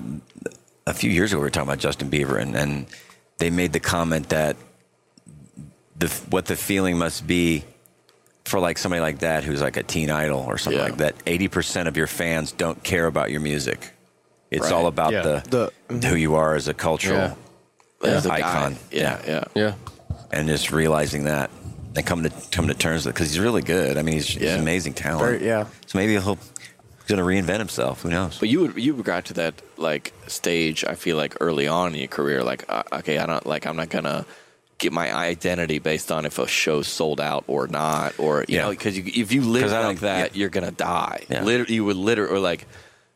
a few years ago, we were talking about Justin Bieber, and, and they made the comment that the what the feeling must be for like somebody like that who's like a teen idol or something Yeah. like that. Eighty percent of your fans don't care about your music. It's all Right. about the, who you are as a cultural There's a guy. icon. yeah yeah, Yeah. and just realizing that and coming to coming to terms with it because he's really good. I mean, he's, he's Yeah. an amazing talent. Very- yeah. So maybe he'll he's going to reinvent himself. Who knows? but you would you got to that like stage i feel like early on in your career like uh, okay i don't like i'm not gonna get my identity based on if a show's sold out or not or you Yeah. know because you, if you live 'Cause I like don't- that you're gonna die Yeah. literally you would literally or like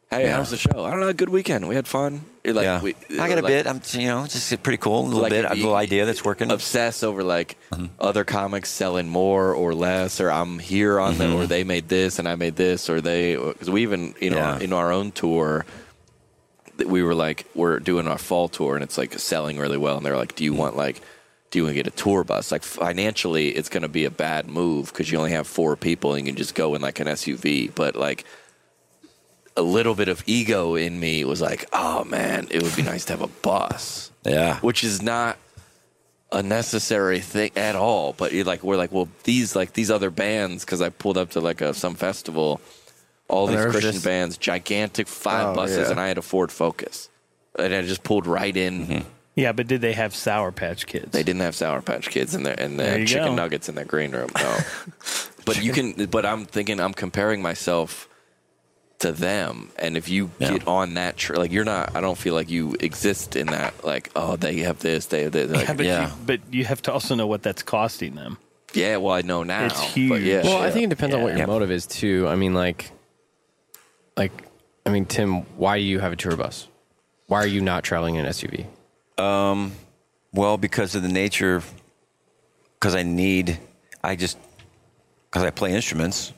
hey Yeah. how's the show i don't know good weekend we had fun you're like yeah. we, I got a like, bit. I'm you know just pretty cool. A little Like, bit. A you- little idea that's working. Mm-hmm. obsess over like other comics selling more or less, or I'm here on them, Mm-hmm. or they made this and I made this, or they because we even you know Yeah. in our own tour that we were like we're doing our fall tour and it's like selling really well, and they're like, do you Mm-hmm. want like do you want to get a tour bus? Like financially, it's going to be a bad move because you only have four people and you can just go in like an SUV, but like. A little bit of ego in me was like, "Oh man, it would be nice to have a bus." yeah. which is not a necessary thing at all. But you're like, we're like, well, these like these other bands because I pulled up to like a, some festival, all And these there was Christian just- bands, gigantic five Oh, buses, yeah. and I had a Ford Focus, and I just pulled right in. Mm-hmm. Yeah, but did they have Sour Patch Kids? They didn't have Sour Patch Kids in their and There their you chicken go. nuggets in their [LAUGHS] green room. No, but you can. But I'm thinking I'm comparing myself to them. And if you get on that, tr- like you're not, I don't feel like you exist in that. Like, oh, they have this, they have this. Like, Yeah, yeah, but, You, but you have to also know what that's costing them. yeah. Well, I know now. It's but huge. yeah. Well, I think it depends on what your Yeah. motive is too. I mean, like, like, I mean, Tim, why do you have a tour bus? Why are you not traveling in an SUV? Um, well, because of the nature, because I need, I just, because I play instruments.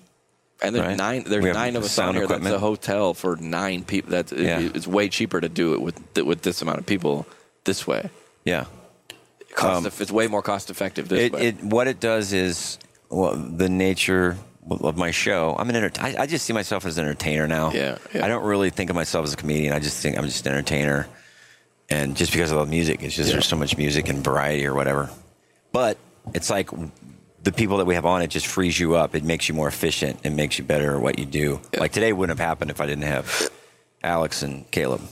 And there's Right. nine. There's We have nine of us sound on here. equipment. That's a hotel for nine people. That's it- Yeah. it's way cheaper to do it with th- with this amount of people this way. Yeah. Cost Um, eff- it's way more cost effective this It, way. it what it does is well, the nature of my show. I'm an enter- I, I just see myself as an entertainer now. Yeah, yeah. I don't really think of myself as a comedian. I just think I'm just an entertainer, and just because I love music, it's just there's so much music and variety or whatever. But it's like the people that we have on it just frees you up. It makes you more efficient. It makes you better at what you do. Like today wouldn't have happened if I didn't have Alex and Caleb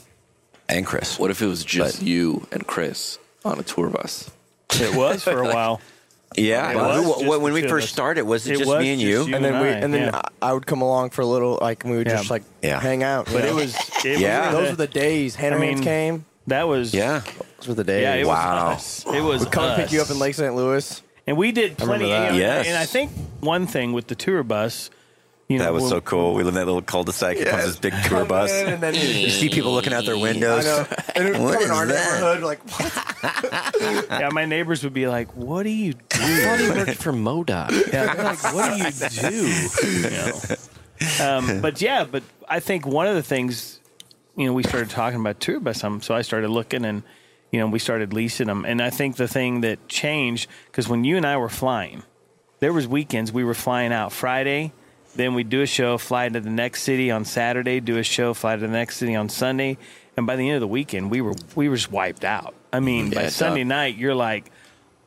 and Chris. what if it was just you and Chris on a tour bus? It was for a while. [LAUGHS] Yeah, It was who- just when, the we two of first us. started, was it, It just was me and just you? you and then and we I, and then yeah. I, I would come along for a little like and we would Yeah. just like Yeah. hang out. But you it know? [LAUGHS] was. It Yeah. was those were the days. Hannah I mean, came. That was. Yeah. Those were the days. Yeah. It Wow. Was us. It was. Come us. pick you up in Lake St. Louis. And we did plenty. that. And, Yes. and I think one thing with the tour bus, you know, That was when- so cool. We live in that little cul-de-sac. It comes this big [LAUGHS] tour bus. And then [LAUGHS] You see people looking out their I windows. know. And it What was is in our that? neighborhood. [LAUGHS] Like what? Yeah, my neighbors would be like, "What do you do? I thought he worked for Modoc. Yeah, they're like, what do [LAUGHS] you do? You know? um, but yeah, but I think one of the things, you know, we started talking about tour bus. some, um, so I started looking and, you know, we started leasing them. And I think the thing that changed, because when you and I were flying, there was weekends we were flying out Friday, then we'd do a show, fly to the next city on Saturday, do a show, fly to the next city on Sunday. And by the end of the weekend, we were we were just wiped out. I mean, by Yeah, Sunday night, you're like,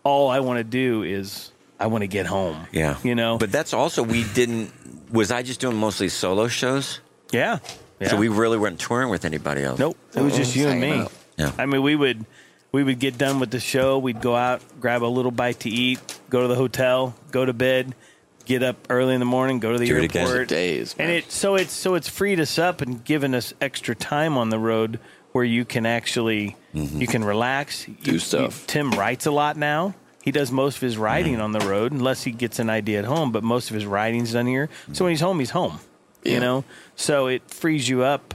all I want to do is I want to get home. [LAUGHS] Yeah. You know? But that's also, we didn't, was I just doing mostly solo shows? yeah. yeah. So we really weren't touring with anybody else. Nope. It was just you and me. Yeah. I mean, we would we would get done with the show. We'd go out, grab a little bite to eat, go to the hotel, go to bed, get up early in the morning, go to the Do it again. airport. Days. And it so it's so it's freed us up and given us extra time on the road where you can actually you can relax, do stuff. Tim writes a lot now. He does most of his writing on the road, unless he gets an idea at home. But most of his writing's done here. So when he's home, he's home. You Yeah. know, so it frees you up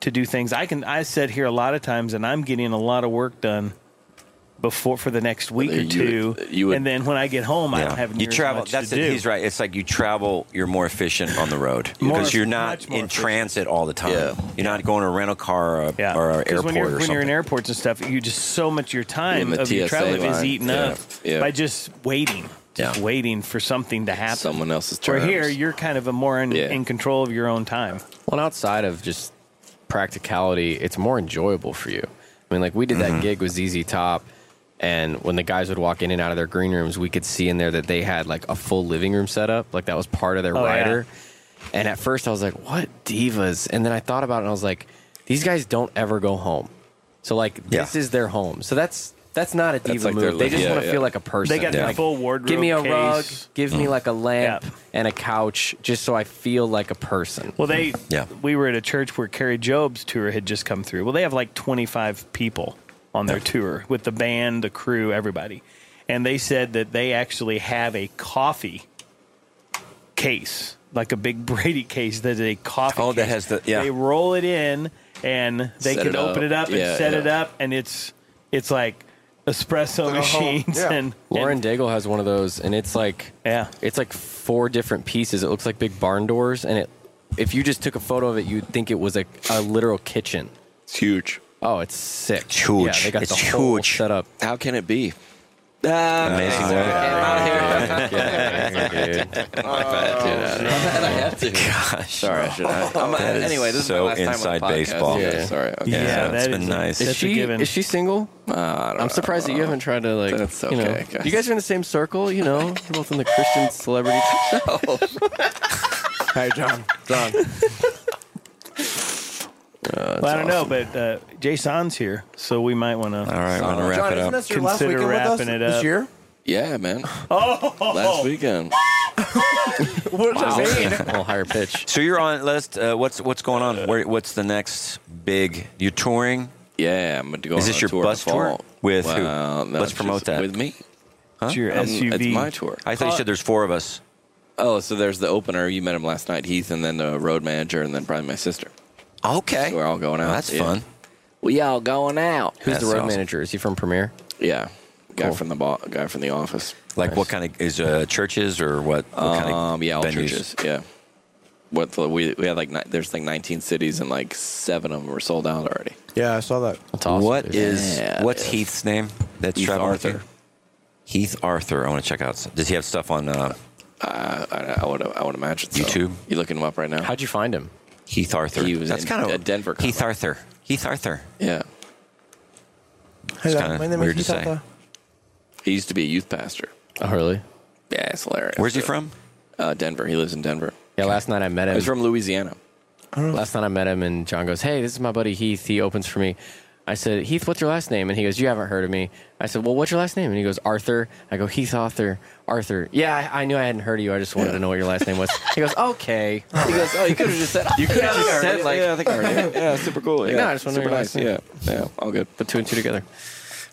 to do things. I can I sit here a lot of times, and I'm getting a lot of work done before for the next week or you two. would- you would- and then when I get home, Oh I don't Yeah. have You near as travel. much That's to it. do. He's right. It's like you travel. You're more efficient on the road [LAUGHS] More- because you're much not more in efficient. transit all the time. Yeah. You're not going to a rental car or, a, Yeah. or an 'Cause airport when you're, or when something. you're in airports and stuff, you just so much of your time In the of your TSA travel is line. eaten Yeah. up Yeah. by just waiting, just Yeah. waiting for something to happen. Someone else's Where terms. here, you're kind of a more in, Yeah. in control of your own time. Well, and outside of just practicality, it's more enjoyable for you. I mean, like we did Mm-hmm. that gig with ZZ Top, and when the guys would walk in and out of their green rooms, we could see in there that they had like a full living room set up. Like that was part of their Oh, yeah. rider. And at first, I was like, "What divas?" And then I thought about it, and I was like, "These guys don't ever go home. So like, this Yeah. is their home. So that's." That's not a diva like their move. They life. just Yeah, want to yeah. feel like a person. They got their Like, full wardrobe. give me a case. rug, give me like a lamp Mm. Yeah. and a couch, just so I feel like a person. Well, they Yeah. we were at a church where Carrie Job's tour had just come through. Well, they have like 25 people on their tour with the band, the crew, everybody. And they said that they actually have a coffee case, like a big [LAUGHS] Brady case that is a coffee. Oh, that case. has the- yeah. They roll it in and they Set can it open up. it up and Yeah, set it yeah. up and it's it's like espresso [LAUGHS] machines Oh, yeah. [LAUGHS] and Lauren and- Daigle has one of those, and it's like Yeah. it's like four different pieces. It looks like big barn doors, and it if you just took a photo of it, you'd think it was a, a literal kitchen. It's huge. Oh, it's sick. It's huge. Yeah, they got It's the whole huge. setup. How can it be? Ah, Amazing. Oh, Gosh. Sorry, I should. [LAUGHS] I, I'm, That is anyway, this so is my last inside time on the podcast. baseball. Yeah, Yeah. sorry. Okay. Yeah, Yeah, it's that been is- nice. Is That's a she given. is she single? I'm surprised that you haven't tried to like. That's You, know, okay, guys. you guys are in the same circle. You know, you're both in the [LAUGHS] Christian celebrity. Hey John. [LAUGHS] John. Well, I don't know, but uh, Jason's here, so we might want to. All right, we're gonna wrap John, it isn't up. this your last Consider weekend with us wrapping [LAUGHS] it this up. year? oh. Yeah, man. Oh, last weekend. What does that mean? [LAUGHS] a little higher pitch. So you're on. Let's. Uh, what's what's going on? Where, what's the next big? You're touring. Yeah, I'm going to go. Is on this a your tour bus in the fall. tour? With who? Well, no, Let's it's promote just that. with me. It's your Um, It's SUV. my tour. I thought you said there's four of us. Oh, so there's the opener. You met him last night, Heath, and then the road manager, and then probably my sister. Okay. So we're all going out. Well, that's Yeah. fun. We all going out. Oh, Who's Who's the That's the road awesome. manager? Is he from Premiere? Yeah, guy from the bo- guy from the office. Like what kind of is uh, churches or what? what kind Um, yeah, all venues? churches. Yeah. What the, we we had like ni- there's like 19 cities and like seven of them were sold out already. Yeah, I saw that. That's awesome. What dude. is Yeah, what's yeah. Heath's name? That's Heath traveling with you? Arthur. Heath Arthur. I want to check out. Does he have stuff on uh, Uh, I, I would I would imagine so. YouTube? You looking him up right now? How'd you find him? Heath Arthur? He was That's in kind of a Denver Heath comic. Arthur. Heath Arthur. yeah, kinda weird to say. Hitata. he used to be a youth pastor. Oh, really? Yeah, it's hilarious. Where's he from? Uh, Denver. He lives in Denver. Yeah, last night I met him. He's from Louisiana. Oh, Last night I met him, and John goes, "Hey, this is my buddy Heath. He opens for me." I said, "Heath, what's your last name?" And he goes, "You haven't heard of me." I said, "Well, what's your last name?" And he goes, "Arthur." I go, "Heath Arthur, Arthur." Yeah, I, I knew I hadn't heard of you. I just wanted to know what your last name was. He goes, "Okay." He goes, oh, you could have just said. You could have just said like, yeah, I think I heard it. Yeah, super cool. Like, yeah, no, I just wanna super know your nice. last Yeah, yeah, all good. Put two and two together.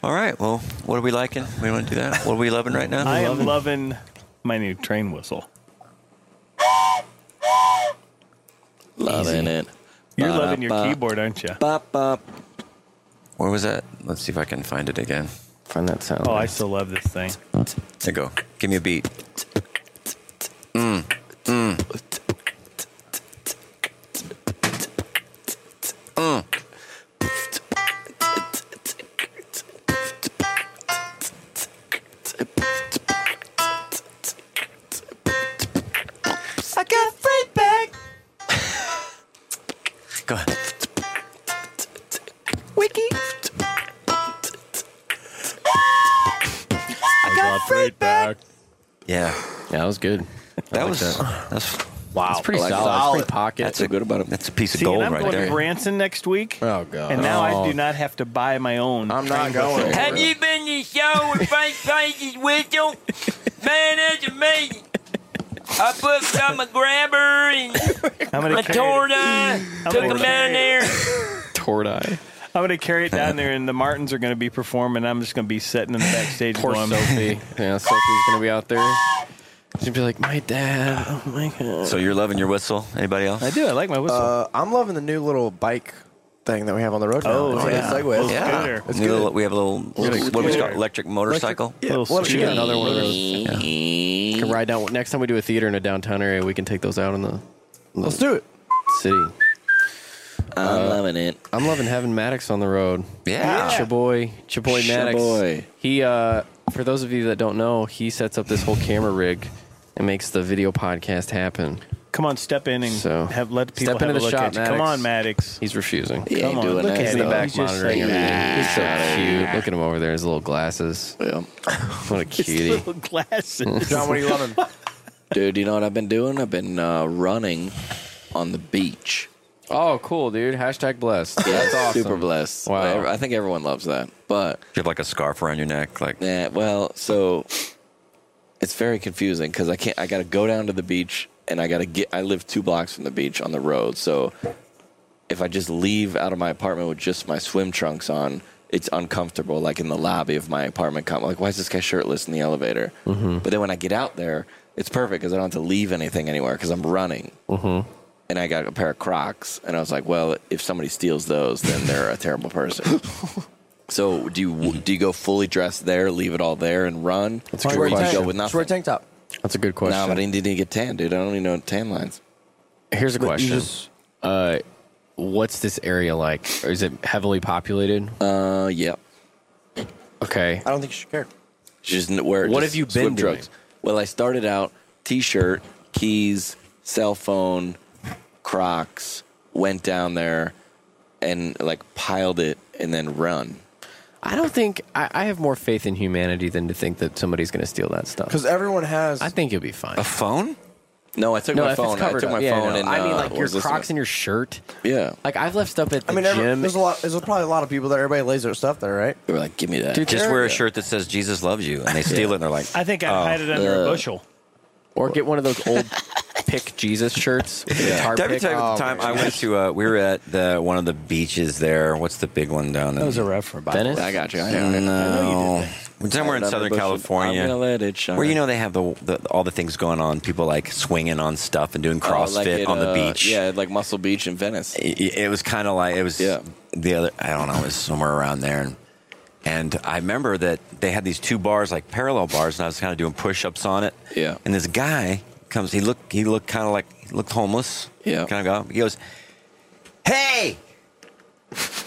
All right. Well, what are we liking? We want to do that. What are we loving right now? I am loving my new train whistle. Loving it. You're loving your Ba-da-ba. keyboard, aren't you? Bop bop. Where was that? Let's see if I can find it again. Find that sound. Oh, I still love this thing. There you go. Give me a beat. Mm, I got Fred back. Go ahead. Wiki. I got Fred back. Yeah. yeah, that was good. That was that's Wow, it's pretty solid. It's pretty pocket. that's a good about him. that's a piece of See, and gold I'm right going there. to Branson next week. Oh god. And now Oh. I do not have to buy my own. I'm not going. Have you been to the show with Frank Price's whistle? Man, that's amazing. I put some a grabber and I'm a gonna carry it, torta, took gonna him down carry there. Tordai. I'm gonna carry it down there, and the Martins are gonna be performing. I'm just gonna be sitting in the backstage. Poor going, [LAUGHS] Sophie. Yeah, Sophie's gonna be out there. She'd be like, "My dad." Oh my god. So you're loving your whistle? Anybody else? I do. I like my whistle. Uh, I'm loving the new little bike thing that we have on the road. now. Oh, It's like yeah. a Segway. Yeah. Scooter. It's New good. little- we have a little what we call electric motorcycle. Yeah, Little what if you get scooter. another one of those? We can ride down. Next time we do a theater in a downtown area, we can take those out in the Let's do it. city. Uh, I'm loving it. I'm loving having Maddox on the road. Yeah. It's your boy, it's your boy It's your Maddox. boy. He, uh, for those of you that don't know, he sets up this whole camera rig and makes the video podcast happen. Come on, step in and So, have let people step into have a the look shop, at you. Come Maddox. on, Maddox. He's refusing. He Come ain't on, doing look that. at He's in the him. stuff. back He's just monitoring like, everything. He's so cute. Look at him over there, his little glasses. Yeah. [LAUGHS] What a cutie. Little glasses. John, what are you loving? [LAUGHS] Dude, you know what I've been doing? I've been uh, running on the beach. Oh, cool, dude. Hashtag blessed. Yeah, That's awesome. super blessed. Wow. I, I think everyone loves that. But You have like a scarf around your neck, like Yeah, well, so it's very confusing because I can't. I got to go down to the beach, and I got to get. I live two blocks from the beach on the road, so if I just leave out of my apartment with just my swim trunks on, it's uncomfortable. Like in the lobby of my apartment, com- like why is this guy shirtless in the elevator? Hmm. But then when I get out there, it's perfect because I don't have to leave anything anywhere because I'm running. Mm-hmm. And I got a pair of Crocs, and I was like, well, if somebody steals those, then they're a terrible [LAUGHS] person. So do you Mm-hmm. do you go fully dressed there, leave it all there, and run? That's Just or wear a you tank- go with just wear a nothing. tank top. That's a good No, question. but I need to get tan, dude. I don't even know tan lines. Here's a But you question. just- uh, what's this area like? Or is it heavily populated? Uh, yeah. Okay. I don't think you should care. Just n- wear. What just have you swim been doing? trunks. Well, I started out t-shirt, keys, cell phone, Crocs. Went down there and like piled it, and then run. I don't think I, I have more faith in humanity than to think that somebody's going to steal that stuff. Because everyone has. I think you'll be fine. a phone. No, I took no, my if it's phone. I covered took my up. Yeah, phone. no. And, I mean, uh, like your was listening. Crocs and your shirt. Yeah, Like I've left stuff at the I mean, every, gym. there's a lot. There's probably a lot of people there. Everybody lays their stuff there, right? they were like, "Give me that." Dude, Just Sure. [LAUGHS] wear a shirt that says Jesus loves you, and they steal it, and they're like, I think I hide it under a bushel. or get one of those old pick Jesus shirts. With the guitar Did I ever pick. tell you about the Oh, time my I went to? Uh, we were at the one of the beaches there. What's the big one down there? was a reference. Venice? I got you. I know. No, somewhere in Southern I'm California. gonna let it shine. Where you know they have the, the all the things going on, people like swinging on stuff and doing CrossFit it, on the uh, beach. Yeah, like Muscle Beach in Venice. it, it was kind of like it was Yeah. the other. I don't know. It was somewhere around there, and and I remember that they had these two bars like parallel bars, and I was kind of doing push-ups on it. Yeah. And this guy comes. He looked. He looked kind of like he looked homeless. Yeah. Kind of go. He goes, "Hey,"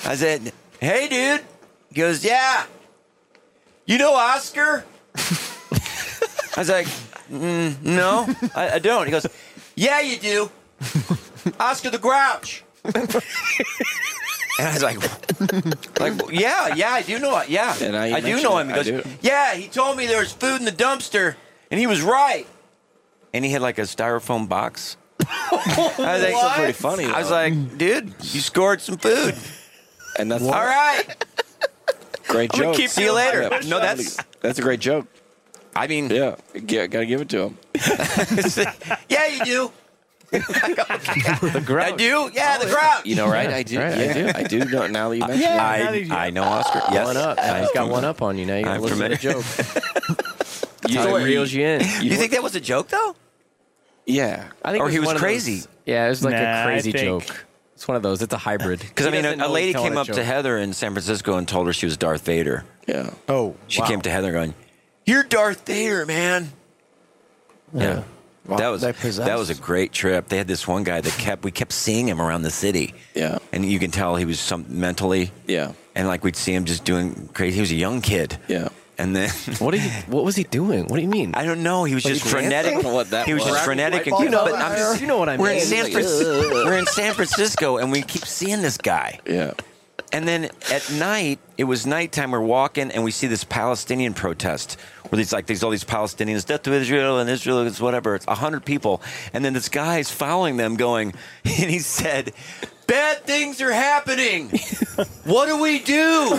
I said, "Hey, dude." He goes, "Yeah." You know Oscar? I was like, mm, no, I, I don't. He goes, yeah, you do. Oscar the Grouch. and I was like, [LAUGHS] like, yeah, yeah, I do know. it. Yeah, And now you I do mention know it, him. He I goes, do. yeah, he told me there was food in the dumpster, and he was right. And he had like a styrofoam box. I was like, That's pretty funny. I was though. like, dude, you scored some food. and that's All right. great gonna joke. keep See you later. Yeah. No, that's- that's a great joke. I mean, Yeah, yeah, gotta give it to him. yeah, you do. the grouch. I do. Yeah, the grouch. You know, right? I do. Yeah, I do. I do. know- Now that [LAUGHS] you mention it, now that you- I, I know Oscar. Yes, One up. I- I just got one up on you now. You gotta I'm listen to the familiar. joke. [LAUGHS] you know it reels you in. You think that was a joke though? Yeah, I think Or it he was one of those- crazy. yeah, it was like Nah, I a crazy think- joke. It's one of those. It's a hybrid. Because I He mean, doesn't a, a know lady he's telling came a up to joke. Heather in San Francisco and told her she was Darth Vader. yeah. Oh, She wow. came to Heather going, "You're Darth Vader, man." Yeah. That was They possessed. that was a great trip. They had this one guy that kept we kept seeing him around the city. Yeah. and you can tell he was some mentally. Yeah. and like we'd see him just doing crazy. He was a young kid. Yeah. and then What did you, What was he doing? What do you mean? I don't know. He was just he dancing? frenetic. What that he was was. just frenetic. White And, ball but I'm just, you know what I mean? we're in San Like, Fran- ugh. we're in San Francisco, and we keep seeing this guy. yeah, And then at night, it was nighttime. We're walking, and we see this Palestinian protest where these like these all these Palestinians, death to Israel, and Israel is whatever. It's hundred people, and then this guy is following them, going, [LAUGHS] and he said, "Bad things are happening. What do we do?"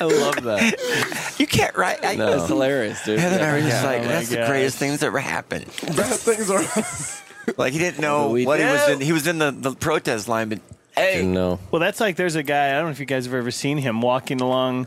I love [LAUGHS] that. You can't write. I, that's hilarious, dude. Heather and I were just Yeah. Oh like, my "That's the gosh. greatest things that ever happened." Bad things [LAUGHS] are. Like he didn't know We what he was do. in. He was in the, the protest line, but Didn't know. Well, that's like there's a guy. I don't know if you guys have ever seen him walking along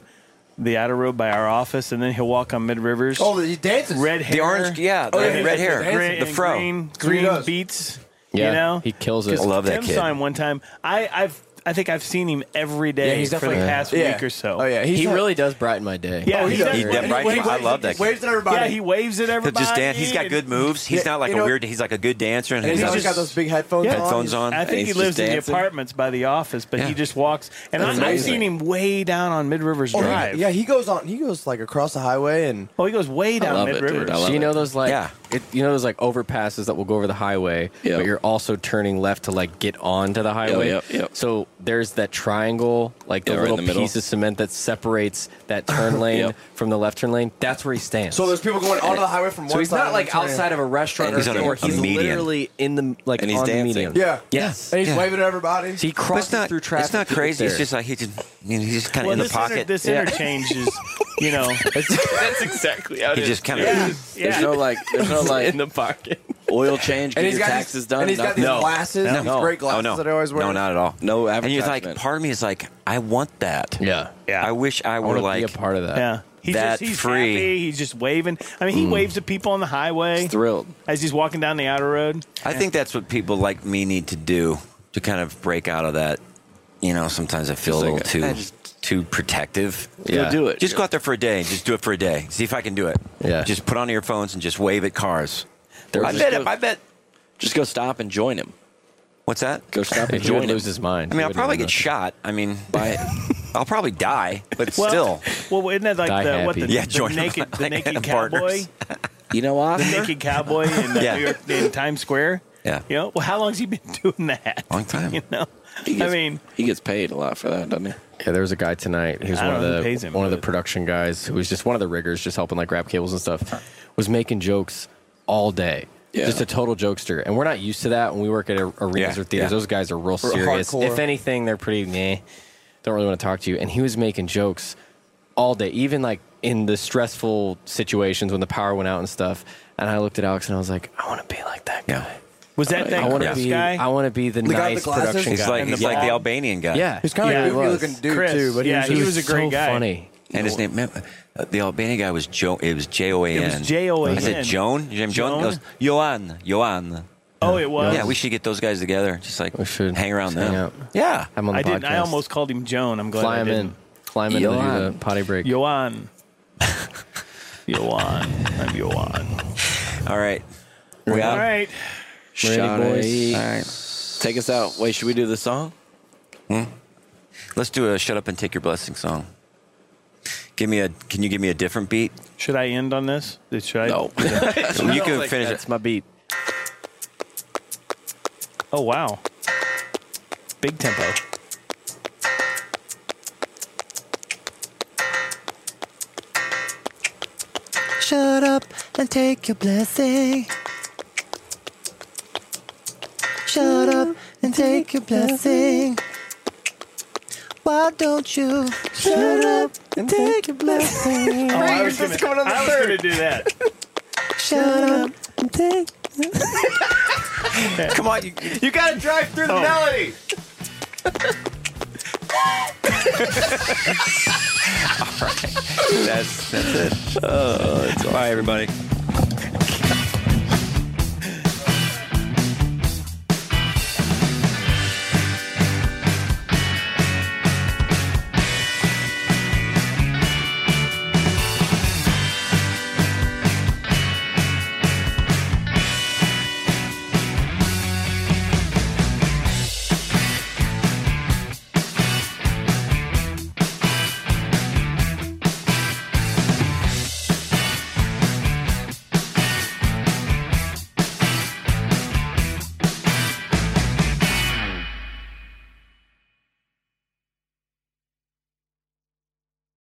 the outer road by our office, and then he'll walk on Mid Rivers. Oh, he dances. red hair, the orange, yeah, the Oh, yeah, red yeah, hair, yeah. gray, the and fro. green, he green does. beats. Yeah, you know, he kills it. I love that Tim kid. saw him one time. I, I've I think I've seen him every day Yeah, he's for the definitely- past week or so. Oh yeah, he's He not- really does brighten my day. Yeah, Oh, he he does. does. He def- right, And he I waves- love that He waves at everybody. Yeah, he waves at He'll everybody. just dance. He's got and- good moves. He's Yeah, not like you a know- weird. He's like a good dancer, and And he's he's not always got those big headphones. Yeah. on. headphones on. I think he he's lives just in the dancing. apartments by the office, but Yeah. he just walks. And I, I've amazing. seen him way down on Mid Rivers Oh, yeah, Drive. yeah, he goes on. He goes like across the highway and Oh, he goes way I down love Mid it, dude. I Rivers. love Do you it. know those like Yeah. it, you know those like overpasses that will go over the highway, Yeah. but you're also turning left to like get onto the highway. yep, yep. So there's that triangle, like the Yeah, right in little the middle. piece of cement that separates [LAUGHS] that turn lane Yep. from the left turn lane. That's where he stands. so there's people going onto the highway from one So he's side. not like and turning. outside of a restaurant And he's or on a- something. He's a median. literally in the like And he's on dancing. the median. Yeah. Yes. And he's Yeah. waving at everybody. He But crosses it's not. through traffic. It's not to get crazy. It's there. just like he just, you know, he's just kind of Well, in the this, inter- pocket. this [LAUGHS] interchange is, you know, [LAUGHS] That's exactly how it he is. just kind of. There's yeah. no like, there's no like in the [LAUGHS] pocket. oil change, get and he's your got taxes these, done. And he's got these no, glasses. No. These great glasses oh no! that I always wear. No, not at all. no And you're like, advertisement. part of me is like, I want that. Yeah. Yeah. I wish I I were want to be like. a part of that. yeah. He's That just he's free. Mm. happy. He's just waving. I mean, he waves at people on the highway thrilled. as he's walking down the outer road. I think that's what people like me need to do to kind of break out of that. You know, sometimes I feel a little like, too I just- too protective. Yeah. You'll do it. Just go out there for a day. Just do it for a day. See if I can do it. Yeah. Just put on your phones and just wave at cars. There I was- bet. I bet. Just go stop and join him. What's that? Go stop [LAUGHS] and He would join him. lose his mind. I He mean, I'll wouldn't probably even get know. shot. I mean, by [LAUGHS] I'll probably die, but [LAUGHS] still. Well, isn't that like Die the what the, happy. Yeah, the join 'em. naked [LAUGHS] the Like, [LAUGHS] naked cowboy, [LAUGHS] partners. You know, the Oscar. naked cowboy in, uh, Yeah. New York, in Times Square? Yeah. You know, well, how long's he been [LAUGHS] doing that? Long time. You know, He gets- I mean, he gets paid a lot for that, doesn't he? Yeah, there was a guy tonight. He was I one of don't know who the pays him, one of the but- production guys who was just one of the riggers, just helping like wrap cables and stuff. Was making jokes all day. Yeah. Just a total jokester, and we're not used to that when we work at a- arenas Yeah, or theaters. yeah. Those guys are real serious. hardcore. If anything, they're pretty meh. Don't really want to talk to you. And he was making jokes all day, even like in the stressful situations when the power went out and stuff. And I looked at Alex and I was like, I want to be like that guy. Was that that I want to Chris be. guy? I want to be the, guy with nice the glasses? production He's He's guy. like he's like the Albanian guy. yeah, He's kind Yeah, he of a goofy was. looking dude Chris. too, but he Yeah, was, he was a great so guy. Funny. And his name, uh, the Albanian guy was Joe. It was J O A N. It was J.O.A.N.. I said Joan. Joan. Joan? Joan goes Joan. Joan. Oh, it was. Yeah, we should get those guys together. Just like We should hang around just hang them. out. Yeah. I'm on the I podcast. didn't. I almost called him Joan. I'm glad fly I him didn't. in, fly him in to do the Elon. potty break. Joan. Joan. I'm Joan. All right. We All out. right. Shot boys. it. All right. Take us out. Wait, should we do the song? Hmm? Let's do a shut up and take your blessing song. Give me a. Can you give me a different beat? Should I end on this? Did- Should I? No. [LAUGHS] [LAUGHS] you can finish That's my beat. Oh wow. Big tempo. Shut up and take your blessing. Shut up and take your blessing. Why don't you shut up and take your blessing? Oh, I was gonna, coming on the I was gonna do [LAUGHS] that. Shut up and take. Come on, you, You gotta drive through Oh. the melody. [LAUGHS] it. That's that's it. Bye, everybody.